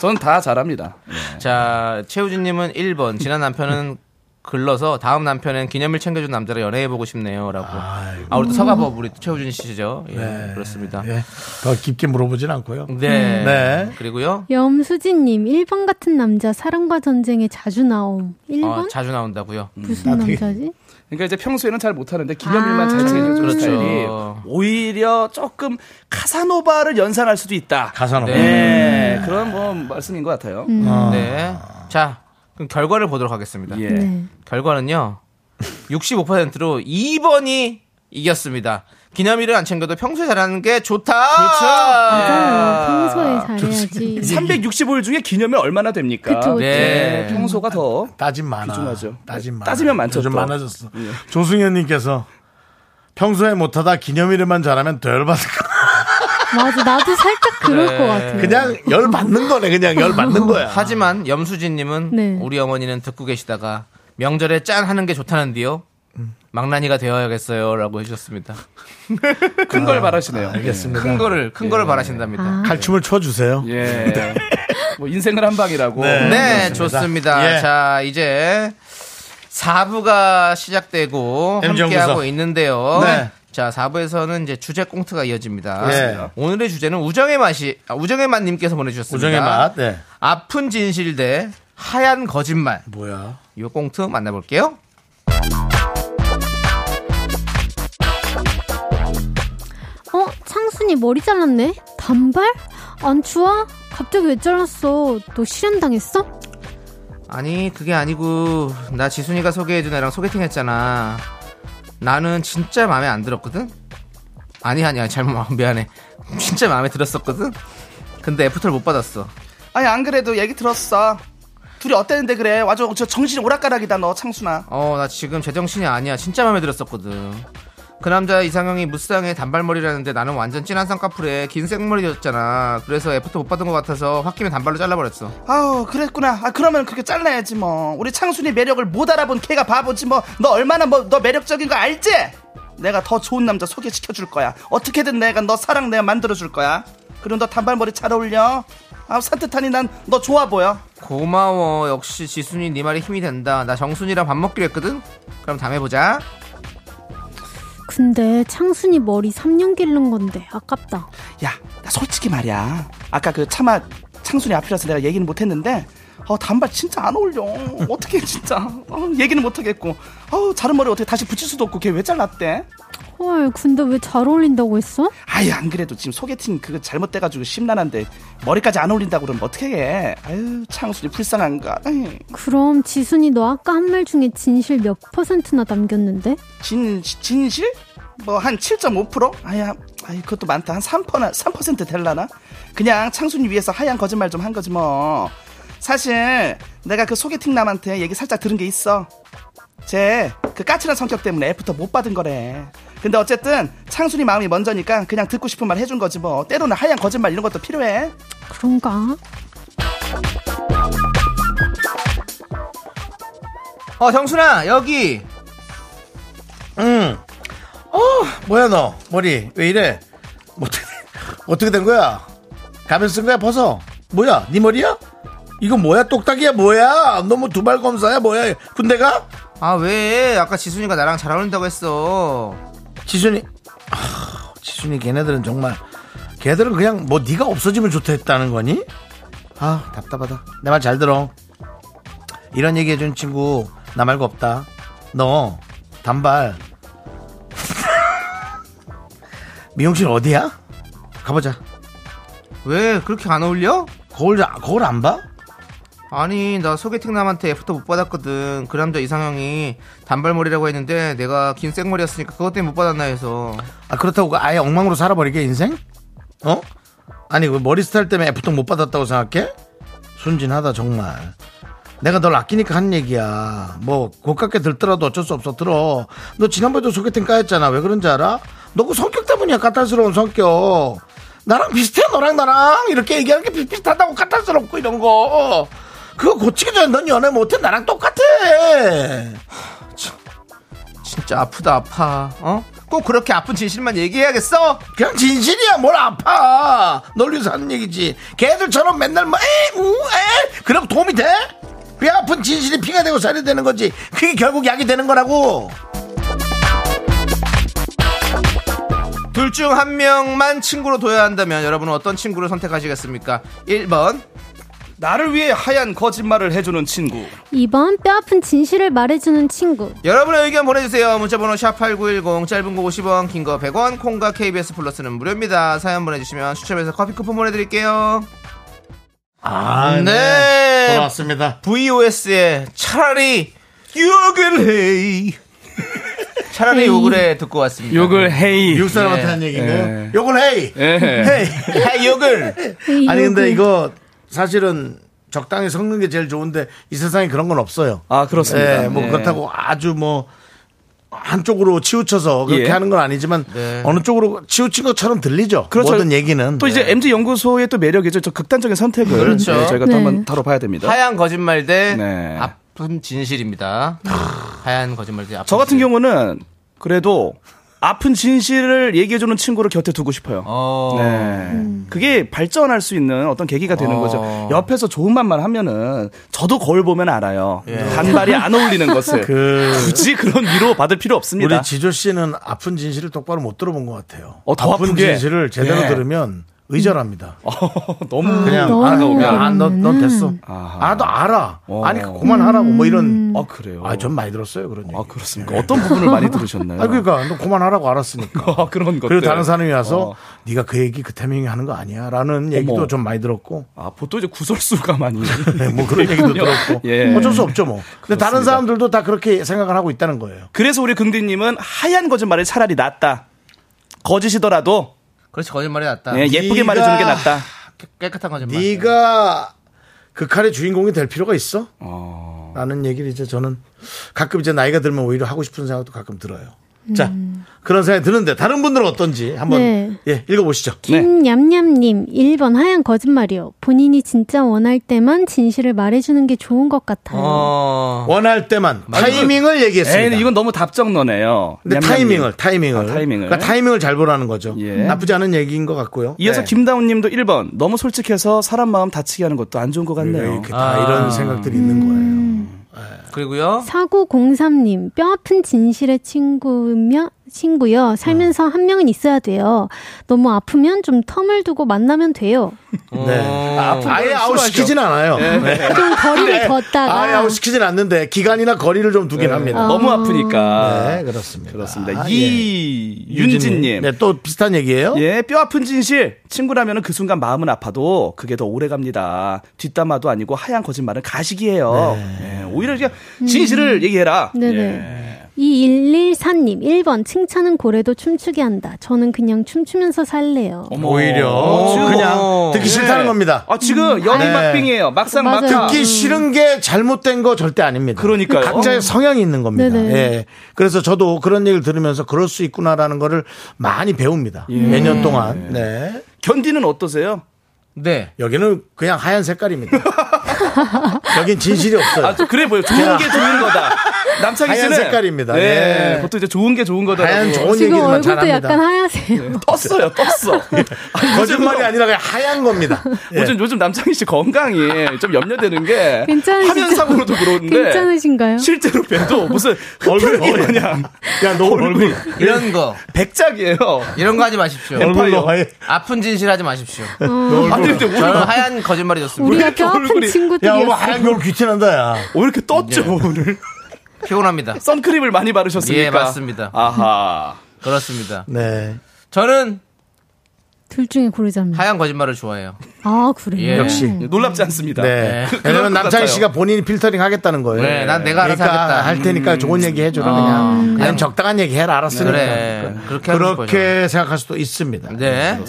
E: 저는 다 잘합니다.
B: 예. 자, 최우진님은 1번. 지난 남편은 글러서 다음 남편은 기념일 챙겨준 남자를 연애해보고 싶네요. 라고. 아, 우리 또 서가법 우리 최우진 씨죠. 예, 그렇습니다.
A: 예. 더 깊게 물어보진 않고요
E: 음.
B: 네.
A: 네.
B: 그리고요.
F: 염수진님 1번 같은 남자 사랑과 전쟁에 자주 나옴. 1번
B: 어,
E: 아,
B: 자주 나온다고요.
E: 음.
F: 무슨 남자지?
E: 그러니까 이제 평소에는 잘 못하는데 기념일만 잘 챙겨주는
B: 그렇죠.
E: 스타일이 오히려 조금 카사노바를 연상할 수도 있다.
A: 가사노
E: 네, 그런 뭐 말씀인 것 같아요.
F: 음,
B: 네. 자, 그럼 결과를 보도록 하겠습니다.
E: 예.
F: 네.
B: 결과는요. 65%로 2번이 이겼습니다. 기념일을 안 챙겨도 평소에 잘하는 게 좋다.
E: 그렇죠.
F: 맞아요. 평소에 잘해야지.
E: 365일 중에 기념일 얼마나 됩니까?
F: 그쵸, 그쵸.
E: 네, 평소가 더.
A: 따짐 많아.
E: 귀중하죠.
A: 따짐 많아.
E: 따지면 많죠,
A: 좀
E: 또. 예.
A: 많아졌어. 조승현님께서 평소에 못하다 기념일에만 잘하면 덜 받을 거.
F: 맞아. 나도 살짝 그럴
E: 네.
F: 것 같아요.
A: 그냥
E: 예.
A: 열 받는 거네. 그냥 열 받는 거야.
B: 하지만 염수진님은
F: 네.
B: 우리 어머니는 듣고 계시다가 명절에 짠 하는 게 좋다는데요.
E: 음.
B: 망나니가 되어야겠어요라고 해주셨습니다.
E: 큰 걸 바라시네요.
A: 아, 알겠습니다. 아.
B: 큰 거를 큰 거를 바라신답니다.
A: 갈춤을 춰주세요.
E: 예. 뭐 인생을 한 방이라고.
B: 네,
A: 그렇습니다.
B: 좋습니다.
A: 예.
B: 자, 이제 4부가 시작되고
A: MG
B: 함께하고
A: 연구소.
B: 있는데요.
A: 네.
B: 자, 4부에서는 이제 주제 꽁트가 이어집니다.
A: 예.
B: 오늘의 주제는 우정의 맛이 아, 우정의 맛님께서 보내주셨습니다.
A: 우정의 맛. 네.
B: 아픈 진실 대 하얀 거짓말.
A: 뭐야?
B: 요 꽁트 만나볼게요.
F: 어? 창순이 머리 잘랐네? 단발? 안 추워? 갑자기 왜 잘랐어? 너 실현당했어?
B: 아니 그게 아니고 나 지순이가 소개해준 애랑 소개팅 했잖아 나는 진짜 마음에 안 들었거든 아니 아니야 잘못 말- 미안해 진짜 마음에 들었었거든 근데 애프터를 못 받았어
E: 아니 안 그래도 얘기 들었어. 둘이 어땠는데 그래? 와줘. 저 정신 오락가락이다 너 창순아.
B: 어 나 지금 제정신이 아니야 진짜 마음에 들었었거든 그 남자 이상형이 무쌍의 단발머리라는데 나는 완전 진한 쌍꺼풀에 긴 생머리였잖아 그래서 애프터 못 받은 것 같아서 홧김에 단발로 잘라버렸어
E: 아우 그랬구나. 아 그러면 그렇게 잘라야지 뭐. 우리 창순이 매력을 못 알아본 걔가 바보지 뭐. 너 얼마나 뭐 너 매력적인 거 알지? 내가 더 좋은 남자 소개시켜 줄 거야. 어떻게든 내가 너 사랑 내가 만들어 줄 거야. 그리고 너 단발머리 잘 어울려. 아 산뜻하니 난 너 좋아 보여.
B: 고마워 역시 지순이 네 말이 힘이 된다 나 정순이랑 밥 먹기로 했거든 그럼 다음에 보자
F: 근데 창순이 머리 3년 기른 건데 아깝다.
E: 야, 나 솔직히 말이야. 아까 그 차마 창순이 앞이라서 내가 얘기는 못했는데 아, 단발 진짜 안 어울려. 어떻게 진짜. 아, 얘기는 못 하겠고. 아, 자른 머리 어떻게 다시 붙일 수도 없고 걔 왜 잘랐대?
F: 헐, 근데 왜 잘 어울린다고 했어?
E: 아유 안 그래도 지금 소개팅 그거 잘못돼가지고 심란한데 머리까지 안 어울린다고 그러면 어떻게 해? 아유 창순이 불쌍한가? 아유,
F: 그럼 지순이 너 아까 한 말 중에 진실 몇 퍼센트나 남겼는데?
E: 진 진실? 뭐 한 7.5%? 아야, 아이 그것도 많다. 한 3%나 3% 될라나? 그냥 창순이 위해서 하얀 거짓말 좀 한 거지 뭐. 사실 내가 그 소개팅 남한테 얘기 살짝 들은 게 있어. 제 그 까칠한 성격 때문에 애프터 못 받은 거래. 근데 어쨌든 창순이 마음이 먼저니까 그냥 듣고 싶은 말 해준 거지 뭐. 때로는 하얀 거짓말 이런 것도 필요해.
F: 그런가?
B: 어, 정순아, 여기.
A: 응. 어, 뭐야 너 머리 왜 이래? 뭐 어떻게 어떻게 된 거야? 가면 쓴 거야 벗어? 뭐야 네 머리야? 이거 뭐야 똑딱이야 뭐야? 너무 두발 검사야 뭐야 군대가?
B: 아, 왜? 아까 지순이가 나랑 잘 어울린다고 했어.
A: 지순이 아, 지순이 걔네들은 정말 걔들은 그냥 뭐 네가 없어지면 좋다 했다는 거니? 아 답답하다 내 말 잘 들어 이런 얘기 해준 친구 나 말고 없다 너 단발 미용실 어디야? 가보자
B: 왜? 그렇게 안 어울려?
A: 거울, 거울 안 봐?
B: 아니, 나 소개팅 남한테 애프터 못 받았거든. 그 남자 이상형이 단발머리라고 했는데 내가 긴 생머리였으니까 그것 때문에 못 받았나 해서.
A: 아 그렇다고 아예 엉망으로 살아버리게 인생? 어? 아니 왜 머리 스타일 때문에 애프터 못 받았다고 생각해? 순진하다 정말 내가 널 아끼니까 한 얘기야 뭐 고깝게 들더라도 어쩔 수 없어 들어 너 지난번에도 소개팅 까였잖아 왜 그런지 알아? 너 그 성격 때문이야 까탈스러운 성격 나랑 비슷해 너랑 나랑 이렇게 얘기하는 게 비슷하다고 까탈스럽고 이런 거 그거 고치기 전에 넌 연애 못해 나랑 똑같아
B: 진짜 아프다, 아파. 어? 꼭 그렇게 아픈 진실만 얘기해야겠어?
A: 그냥 진실이야 뭘 아파 널 위해서 하는 얘기지 걔들처럼 맨날 뭐, 뭐에우에 그럼 도움이 돼? 배 아픈 진실이 피가 되고 살이 되는 거지 그게 결국 약이 되는 거라고
B: 둘 중 한 명만 친구로 둬야 한다면 여러분은 어떤 친구를 선택하시겠습니까? 1번.
E: 나를 위해 하얀 거짓말을 해주는 친구.
F: 2번 뼈아픈 진실을 말해주는 친구
B: 여러분의 의견 보내주세요. 문자번호 샵8910, 짧은 거 50원, 긴 거 100원, 콩과 KBS 플러스는 무료입니다. 사연 보내주시면 추첨해서 커피 쿠폰 보내드릴게요.
A: 아네 돌아왔습니다
B: VOS의 차라리 욕을 해. 차라리 욕을 해 듣고 왔습니다.
G: 욕을
E: 예.
G: 헤이.
A: 미국 사람한테
B: 네.
A: 한 얘기인가요?
G: 네.
A: 요걸 헤이
G: 예.
A: 헤이
B: 해, 욕을.
A: 아니 근데 이거 사실은 적당히 섞는 게 제일 좋은데 이 세상에 그런 건 없어요
G: 아, 그렇습니다.
A: 예, 뭐
G: 네.
A: 그렇다고 아주 뭐 한쪽으로 치우쳐서 그렇게
G: 예.
A: 하는 건 아니지만 어느 쪽으로 치우친 것처럼 들리죠.
E: 네. 그렇죠.
A: 모든 얘기는 네.
E: 또 이제 MG 연구소의 또 매력이죠. 저 극단적인 선택을
B: 네. 그렇죠.
E: 네, 저희가
F: 네.
E: 또 한번 다뤄봐야 됩니다.
B: 하얀 거짓말 대
G: 네.
B: 아픈 진실입니다. 하얀 거짓말 대 아픈
E: 저 같은
B: 진실.
E: 경우는 그래도 아픈 진실을 얘기해주는 친구를 곁에 두고 싶어요.
B: 어.
E: 네. 그게 발전할 수 있는 어떤 계기가 되는
B: 어.
E: 거죠. 옆에서 좋은 말만 하면은 저도 거울 보면 알아요. 단발이 안 어울리는 것을. 굳이 그런 위로 받을 필요 없습니다.
A: 우리 지조 씨는 아픈 진실을 똑바로 못 들어본 것 같아요.
E: 어, 더
A: 아픈
E: 아프게.
A: 진실을 제대로
E: 예.
A: 들으면 의절합니다.
E: 너무
A: 그냥
F: 너무
A: 아,
F: 알아보면. 음.
A: 아, 너, 넌 됐어. 아, 너 알아. 아니 그만하라고 뭐
F: 음.
A: 이런.
E: 아, 그래요.
A: 아, 전 많이 들었어요 그런 얘기.
E: 아, 그렇습니까? 어떤 부분을 많이 들으셨나요?
A: 아, 그러니까 너 그만하라고 알았으니까.
E: 아, 그런 것들.
A: 그리고 다른 사람이 와서
E: 어.
A: 네가 그 얘기 그 타이밍에 하는 거 아니야라는 얘기도
G: 어머.
A: 좀 많이 들었고.
G: 아, 보통 이제 구설수가 많이.
A: 네, 뭐 그런 얘기도 들었고
G: 예.
A: 어쩔 수 없죠 뭐. 근데 다른 사람들도 다 그렇게 생각을 하고 있다는 거예요.
E: 그래서 우리 긍디님은 하얀 거짓말이 차라리 낫다. 거짓이더라도
B: 그렇지 거짓말이 낫다.
E: 예, 예쁘게
A: 네가-
E: 말해주는 게 낫다.
B: 깨끗한 거짓말.
A: 네가 그 칼의 주인공이 될 필요가 있어? 라는 얘기를 이제 저는 가끔 이제 나이가 들면 오히려 하고 싶은 생각도 가끔 들어요. 자 그런 생각이 드는데 다른 분들은 어떤지 한번
F: 네.
A: 예 읽어보시죠.
E: 네.
F: 김냠냠님 1번 하얀 거짓말이요 본인이 진짜 원할 때만 진실을 말해주는 게 좋은 것 같아요
B: 어.
A: 원할 때만 타이밍을 얘기했습니다.
G: 에이, 이건 너무 답정너네요.
A: 근데
G: 냠냠님.
A: 타이밍을 타이밍을
G: 아, 타이밍을.
A: 그러니까 타이밍을 잘 보라는 거죠.
G: 예.
A: 나쁘지 않은 얘기인 것 같고요.
E: 이어서
G: 네.
E: 김다운 님도 1번. 너무 솔직해서 사람 마음 다치게 하는 것도 안 좋은 것 같네요.
A: 이렇게 다 이런 생각들이 있는 거예요.
B: 그리고요.
F: 4903님 뼈아픈 진실의 친구며 친구요. 살면서
E: 네.
F: 한 명은 있어야 돼요. 너무 아프면 좀 텀을 두고 만나면 돼요.
A: 네. 아, 아예 아웃시키진 않아요. 네.
F: 좀 거리를 뒀다가
A: 아예 아웃시키진 않는데 기간이나 거리를 좀 두긴 합니다.
E: 네. 어. 너무 아프니까.
A: 네, 그렇습니다.
E: 그렇습니다.
A: 아,
E: 이
A: 예.
E: 윤진님.
A: 네, 또 비슷한 얘기예요?
E: 예, 뼈 아픈 진실. 친구라면 그 순간 마음은 아파도 그게 더 오래 갑니다. 뒷담화도 아니고 하얀 거짓말은 가식이에요.
A: 네.
E: 예, 오히려 그냥 진실을
A: 음.
E: 얘기해라.
F: 네네.
E: 예.
F: 이 2114님, 1번, 칭찬은 고래도 춤추게 한다. 저는 그냥 춤추면서 살래요.
A: 뭐 오히려 그냥 듣기 싫다는
E: 예.
A: 겁니다.
E: 어. 아, 지금
A: 네.
E: 영희막빙이에요. 막상
F: 맞아요. 음.
E: 막하.
F: 듣기
A: 듣기 싫은 게 잘못된 거 절대 아닙니다.
E: 그러니까요. 어.
A: 각자의 성향이 있는 겁니다.
F: 네네.
A: 예. 그래서 저도 그런 얘기를 들으면서 그럴 수 있구나라는 거를 많이 배웁니다.
E: 예.
A: 몇 년 동안. 네.
E: 견디는 어떠세요?
B: 네.
A: 여기는 그냥 하얀 색깔입니다. 여긴 진실이 없어요.
E: 아, 저 그래 보여. 좋은 게 좋은 거다. 남창희
A: 하얀
E: 씨는
A: 색깔입니다.
E: 네.
A: 예.
E: 보통 이제 좋은 게 좋은 거다.
A: 하얀 좋은
F: 지금
A: 얘기만
F: 얼굴도
A: 잘합니다.
F: 약간 하얗세요.
E: 떴어요, 떴어. 아니,
A: 거짓말이
E: 요즘-
A: 아니라 그냥 하얀 겁니다. 예.
E: 요즘 요즘 남창희 씨 건강이 좀 염려되는
A: 네.
E: 게
F: 괜찮으시죠?
E: 화면상으로도 그러는데
F: 괜찮으신가요?
E: 실제로 봬도 무슨
A: 얼굴이
E: 흡혈이 그
A: 뭐예요?
E: 그냥
A: 야, 너 얼굴
B: 이런 거.
E: 백작이에요.
B: 이런 거 하지 마십시오.
A: 얼굴로 하얘.
B: 아픈 진실 하지 마십시오.
E: 아니 근데 오늘
B: 저는 하얀 거짓말이 좋습니다.
F: 우리가 뼈 아픈
E: 얼굴이-
A: 야, 오늘
F: 친구들이었어.
A: 하얀 겨울 귀티난다, 야.
E: 왜 이렇게 떴죠 오늘?
B: 피곤합니다.
E: 선크림을 많이 바르셨으니까.
B: 예, 맞습니다.
E: 아하.
B: 그렇습니다.
A: 네.
B: 저는
F: 둘 중에 고르자면.
B: 하얀 거짓말을 좋아해요.
F: 아, 그래요?
B: 예. 역시.
E: 놀랍지 않습니다.
A: 네.
B: 그- 그럴
A: 왜냐면
B: 것
A: 남창희
B: 같아요.
A: 씨가 본인이 필터링 하겠다는 거예요.
B: 그래, 난 내가 알아서
A: 그러니까
B: 하겠다. 음.
A: 할 테니까 좋은 얘기 해줘라 그냥. 아니면 적당한 얘기 해라 알았으니까.
B: 그래. 그렇게 하는
A: 그렇게 생각할 수도 있습니다.
B: 거죠. 네.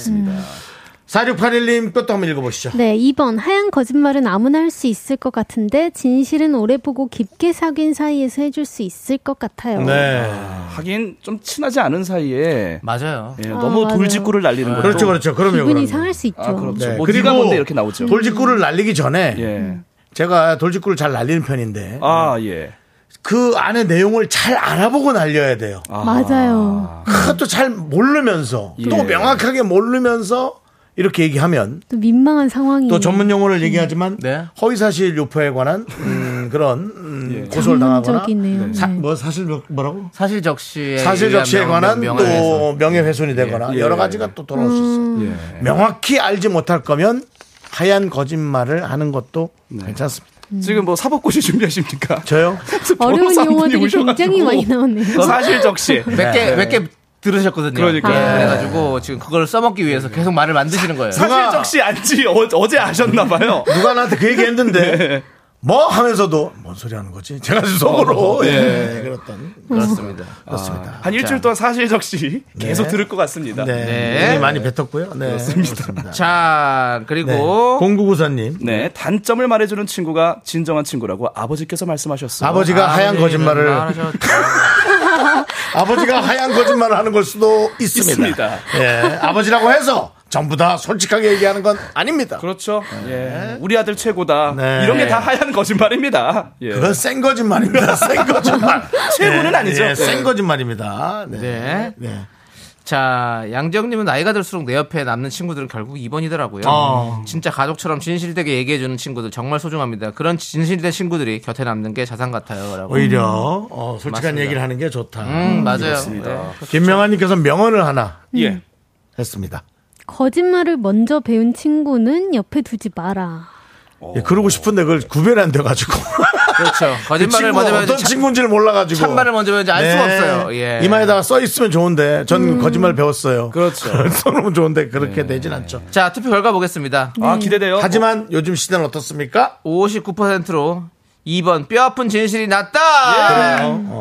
A: 4681님 것도 한번 읽어보시죠.
F: 네, 2번. 하얀 거짓말은 아무나 할 수 있을 것 같은데, 진실은 오래 보고 깊게 사귄 사이에서 해줄 수 있을 것 같아요.
A: 네.
E: 하긴 좀 친하지 않은 사이에
B: 맞아요.
E: 예, 너무
F: 맞아요.
E: 돌직구를 날리는 거죠.
A: 그렇죠, 그렇죠. 그럼요.
F: 기분이
A: 그럼요.
F: 상할 수 있죠.
E: 아, 그렇죠.
A: 네.
E: 뭐 네가
A: 그리고
E: 뭔데 이렇게 나오죠.
A: 돌직구를 날리기 전에
E: 예.
A: 제가 돌직구를 잘 날리는 편인데
E: 아 예.
A: 그 안에 내용을 잘 알아보고 날려야 돼요.
F: 맞아요.
A: 그것도 잘 모르면서
E: 예.
A: 또 명확하게 모르면서 이렇게 얘기하면
F: 또 민망한 상황이.
A: 또 전문 용어를 얘기하지만
B: 네.
A: 허위사실 유포에 관한 음, 그런 음, 고소를 당하거나
F: 전문적이네요. 네.
A: 사- 뭐 사실 뭐- 뭐라고
B: 사실적시에
A: 사실적시에
B: 의한 예, 명-
A: 관한
B: 명-
A: 또
B: 명예훼손.
A: 명예훼손이 되거나
E: 예.
A: 여러 가지가 또 돌아올 수 있어요. 명확히 알지 못할 거면 하얀 거짓말을 하는 것도 괜찮습니다.
E: 지금 뭐 사법고시 준비하십니까?
A: 저요?
F: 어려운
E: 변호사분이
F: 용어들이 굉장히
E: 오셔가지고.
F: 많이 나오네요.
E: 사실 적시.
B: 몇
A: 네.
B: 개, 몇 개 들으셨거든요.
E: 그러니까요.
B: 예, 그래가지고 지금 그걸 써먹기 위해서 계속 말을 만드시는 거예요.
E: 사실 적시 안지 어, 어제 아셨나봐요.
A: 누가 나한테 그 얘기 했는데
E: 네.
A: 뭐 하면서도 뭔 소리 하는 거지? 제가
E: 어,
A: 속으로 예. 그렇던
B: 그렇습니다.
A: 그렇습니다.
E: 한 일주일 동안 사실 적시 계속 들을 것 같습니다.
A: 네,
B: 네.
A: 눈이 많이 뱉었고요. 네, 그렇습니다.
B: 자, 그리고
A: 네. 공구구사님
E: 네, 단점을 말해주는 친구가 진정한 친구라고 아버지께서 말씀하셨어요.
A: 아버지가 하얀
E: 네.
B: 아버지는
A: 거짓말을
B: 말하셨죠.
A: 아버지가 하얀 거짓말을 하는 걸 수도 있습니다.
E: 있습니다.
A: 예, 아버지라고 해서 전부 다 솔직하게 얘기하는 건 아닙니다.
E: 그렇죠. 예. 우리 아들 최고다.
A: 네.
E: 이런 게 다 아, 하얀 거짓말입니다. 예.
A: 그건 센 거짓말입니다. 센 거짓말.
E: 최고는 아니죠. 네.
A: 예, 센 거짓말입니다. 네.
B: 네.
A: 네.
B: 자, 양정님은 나이가 들수록 내 옆에 남는 친구들은 결국 2번이더라고요.
A: 어.
B: 진짜 가족처럼 진실되게 얘기해주는 친구들 정말 소중합니다. 그런 진실된 친구들이 곁에 남는 게 자산 같아요. 라고.
A: 오히려 어, 솔직한
B: 음. 맞습니다.
A: 얘기를 하는 게 좋다.
B: 음, 맞아요.
E: 그렇습니다.
B: 네.
A: 김명아님께서 명언을 하나
E: 예.
A: 했습니다.
F: 거짓말을 먼저 배운 친구는 옆에 두지 마라.
A: 예, 그러고 싶은데 그걸 구별이 안 돼가지고.
B: 그렇죠.
A: 그
B: 거짓말을
A: 친구가
B: 먼저
A: 어떤
B: 배워야지
A: 친구인지를 몰라가지고. 네.
B: 참말을 먼저 배워야지 알 수가 없어요. 예. 음.
A: 이마에다가 써 있으면 좋은데 전 거짓말 배웠어요.
E: 그렇죠.
A: 써놓으면 좋은데
B: 예.
A: 그렇게 되진 않죠.
B: 자, 투표 결과 보겠습니다.
E: 아,
B: 어,
E: 기대돼요.
A: 하지만 요즘 시대는 어떻습니까?
B: 59%로 2번 뼈 아픈 진실이 낫다.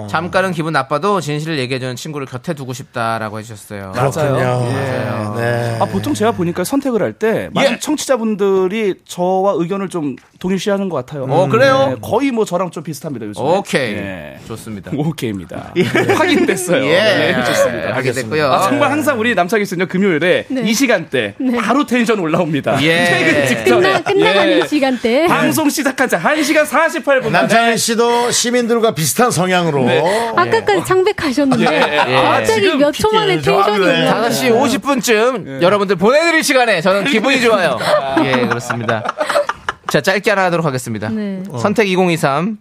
B: 잠깐은 기분 나빠도 진실을 얘기해주는 친구를 곁에 두고 싶다라고 해주셨어요. 예.
A: 그렇군요. 네.
E: 아, 보통 제가 보니까 선택을 할 때 많은 청취자분들이 저와 의견을 좀 동일시하는 것 같아요.
B: 어, 그래요?
E: 거의 뭐 저랑 좀 비슷합니다, 요즘.
B: 오케이
E: 예.
B: 좋습니다.
E: 오케이입니다. 확인됐어요.
B: 예,
E: 네, 좋습니다.
B: 하게 됐고요.
E: 아, 정말 항상 우리 남창희 씨는요, 금요일에 이 시간대 바로 텐션 올라옵니다.
B: 예.
E: 퇴근
A: 네.
E: 직전에.
F: 끝나, 끝나가는
E: 예.
F: 시간대에.
E: 방송 시작한 지 1시간 48분.
A: 남창희 씨도 시민들과 비슷한 성향으로
B: 네.
F: 아까까지 창백하셨는데,
E: 예.
F: 갑자기
A: 지금
F: 몇 초 만에
A: 피곤해요.
F: 텐션이
A: 아, 그래.
E: 네.
F: 올라
B: 5시 50분쯤 여러분들 보내드릴 시간에 저는 기분이 좋아요. 예, 그렇습니다. 자, 짧게 하나 하도록 하겠습니다.
F: 네.
B: 선택 2023.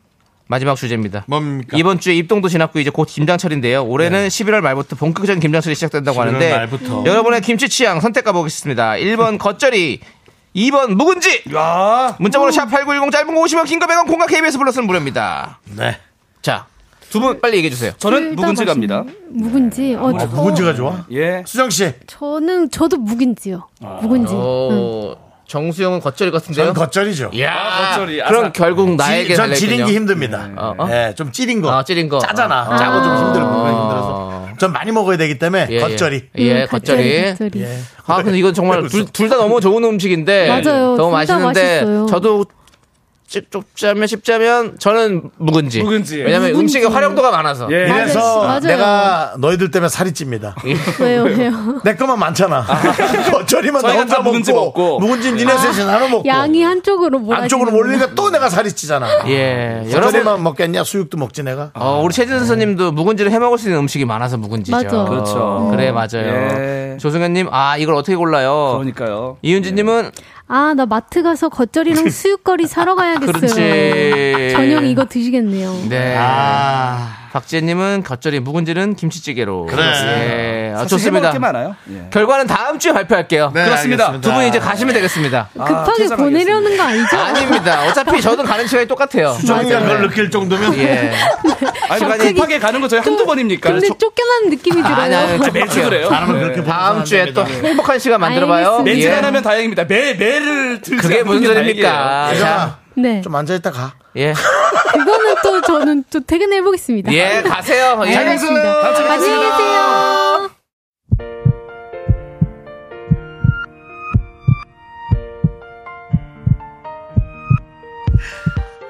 B: 마지막 주제입니다.
H: 뭡니까?
A: 그러니까.
B: 이번 주에 입동도 지났고 이제 곧 김장철인데요.
A: 네.
B: 올해는 11월 말부터 본격적인 김장철이 시작된다고
H: 11월
B: 하는데
H: 말부터.
B: 여러분의 김치 취향 선택 가보겠습니다. 1번 겉절이, 2번 묵은지. 문자번호 샵 8910 짧은 거 50원 긴거 100원 공과 KBS 플러스는 무료입니다.
A: 네.
B: 자, 두 분 빨리 얘기해 주세요.
G: 저는 묵은지 갑니다.
F: 묵은지. 어,
A: 아,
F: 저,
A: 묵은지가 좋아?
G: 예.
A: 수정 씨,
F: 저는 저도 묵은지요.
A: 아.
F: 묵은지.
B: 어.
F: 응.
B: 오, 정수영은 겉절이 같은데요? 예.
A: 저는 겉절이죠.
B: 이야,
G: 겉절이. 아삭.
B: 그럼 결국 나에게
A: 지- 전
B: 달려있군요.
A: 지린 게 힘듭니다. 네,
B: 어, 어?
A: 좀 찌린 거.
B: 아, 찌린 거.
A: 짜잖아.
B: 어.
A: 짜고 좀 힘들고
B: 어.
A: 몸에 힘들어서. 전 많이 먹어야 되기 때문에
B: 예, 예.
A: 겉절이.
B: 예,
F: 음,
B: 겉절이.
F: 겉절이.
A: 예.
B: 아, 근데 이건 정말 둘 다 너무 좋은 음식인데
F: 맞아요.
B: 너무
F: 둘 다
B: 맛있는데
F: 맛있어요.
B: 저도 찝- 좁자면 쉽자면 저는 묵은지.
G: 묵은지.
B: 왜냐면
F: 묵은지.
B: 음식의 활용도가 많아서.
G: 예.
A: 이래서
F: 맞아요.
A: 내가 너희들 때문에 살이 찝니다.
B: 예.
F: 왜요, 왜요?
A: 내 것만 많잖아. 겉절이만 나
G: 저희가
A: 혼자
G: 다 묵은지
A: 먹고
G: 먹고.
A: 묵은지 니네
B: 아.
A: 셋이 나눠 먹고
F: 양이 한쪽으로 몰아.
A: 어. 안쪽으로 몰리니까 또 내가 살이 찌잖아.
B: 예. 여러분
A: 겉절이만 먹겠냐? 수육도 먹지 내가.
B: 어, 우리 최진 선생님도 묵은지를 해 먹을 수 있는 음식이 많아서 묵은지죠.
F: 맞아.
E: 어,
G: 그렇죠.
B: 그래 맞아요.
G: 예.
B: 조승현 님, 아, 이걸 어떻게 골라요?
G: 그러니까요.
B: 이윤지 님은
F: 아, 나 마트 가서 겉절이랑 수육거리 사러 가야겠어요.
B: 그렇지.
F: 저녁 이거 드시겠네요.
G: 예.
A: 음.
B: 네.
G: 아.
B: 박지혜 님은 겉절이 묵은지는 김치찌개로. 그래. 예. 아,
G: 사실 해먹을
B: 좋습니다.
G: 게 많아요. 예.
B: 결과는 다음 주에 발표할게요.
H: 네, 알겠습니다.
B: 두 분 이제 가시면 되겠습니다.
A: 아,
F: 급하게
G: 퇴장하겠습니다.
F: 보내려는 거 아니죠?
B: 아닙니다. 어차피 저는 가는 시간이 똑같아요.
A: 수정이가 그걸 느낄 정도면
G: 네.
B: 예.
G: 아니,
F: 갑자기
G: 급하게 가는 거 저희 한두 번입니까?
F: 근데 쫓겨나는 느낌이
B: 아니,
F: 들어요.
B: 아니,
G: 매주 그래요.
A: 사람은
G: 네.
A: 그렇게
B: 예. 다음 주에 또 행복한 시간 만들어봐요.
F: 알겠습니다.
G: 매진
B: 예.
G: 안 하면 다행입니다. 매 매를 들지
B: 그게
G: 않는
B: 무슨
G: 게
B: 소리입니까? 자,
A: 예전아
F: 네.
A: 좀 앉아 있다 가.
B: 예.
F: 그거는 또 저는 또 퇴근해 보겠습니다.
B: 예, 가세요. 예.
F: 알겠습니다. 안녕히 계세요.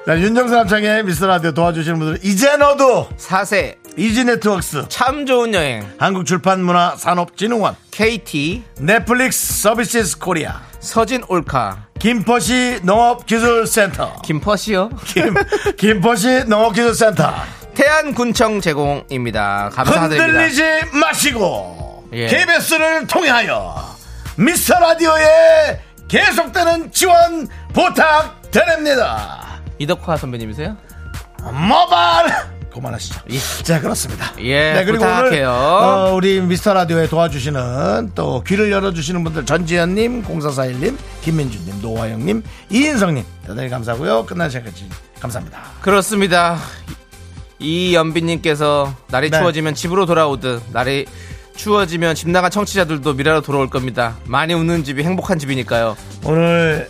A: 자, 네, 윤정수 남창의 미스터 라디오 도와주시는 분들은 이제 너도
B: 사세.
A: 이지 네트웍스
B: 참 좋은 여행.
A: 한국출판문화산업진흥원
B: KT.
A: 넷플릭스 서비스 코리아
B: 서진 올카.
A: 김포시 농업기술센터
B: 김퍼시요.
A: 김, 김포시 농업기술센터
B: 태안군청 제공입니다. 감사드립니다.
A: 흔들리지 마시고
B: 예.
A: KBS를 통하여 미스터 라디오에 계속되는 지원 부탁드립니다
B: 이덕화 선배님이세요?
A: 모발 그만하시죠. 자 그렇습니다.
B: 예,
A: 네 그리고 오늘
B: 부탁해요.
A: 어, 우리 미스터 라디오에 도와주시는 또 귀를 열어주시는 분들 전지현님, 공사사일님, 김민주님, 노화영님, 이인성님 대단히 감사하고요. 끝날 시간까지 감사합니다.
B: 그렇습니다. 이연빈님께서 날이
A: 네.
B: 추워지면 집으로 돌아오듯 날이 추워지면 집 나간 청취자들도 미라로 돌아올 겁니다. 많이 웃는 집이 행복한 집이니까요.
A: 오늘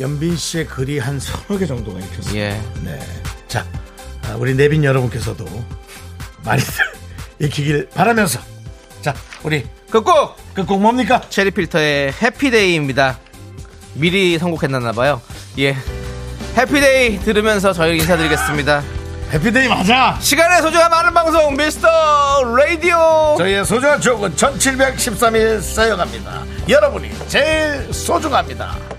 A: 연빈 씨의 글이 한 서너 개 정도가 읽혔어요.
B: 예.
A: 네. 자 아, 우리 내빈 여러분께서도 많이들 읽히길 바라면서 자 우리
B: 끝곡
A: 끝곡 뭡니까?
B: 체리 필터의 해피데이입니다. 미리 선곡했나 봐요. 예. 해피데이 들으면서 저희 인사드리겠습니다.
A: 해피데이 맞아.
B: 시간의 소중함 아는 방송 미스터 라디오.
A: 저희의 소중한 추억은 1713일 쌓여갑니다. 여러분이 제일 소중합니다.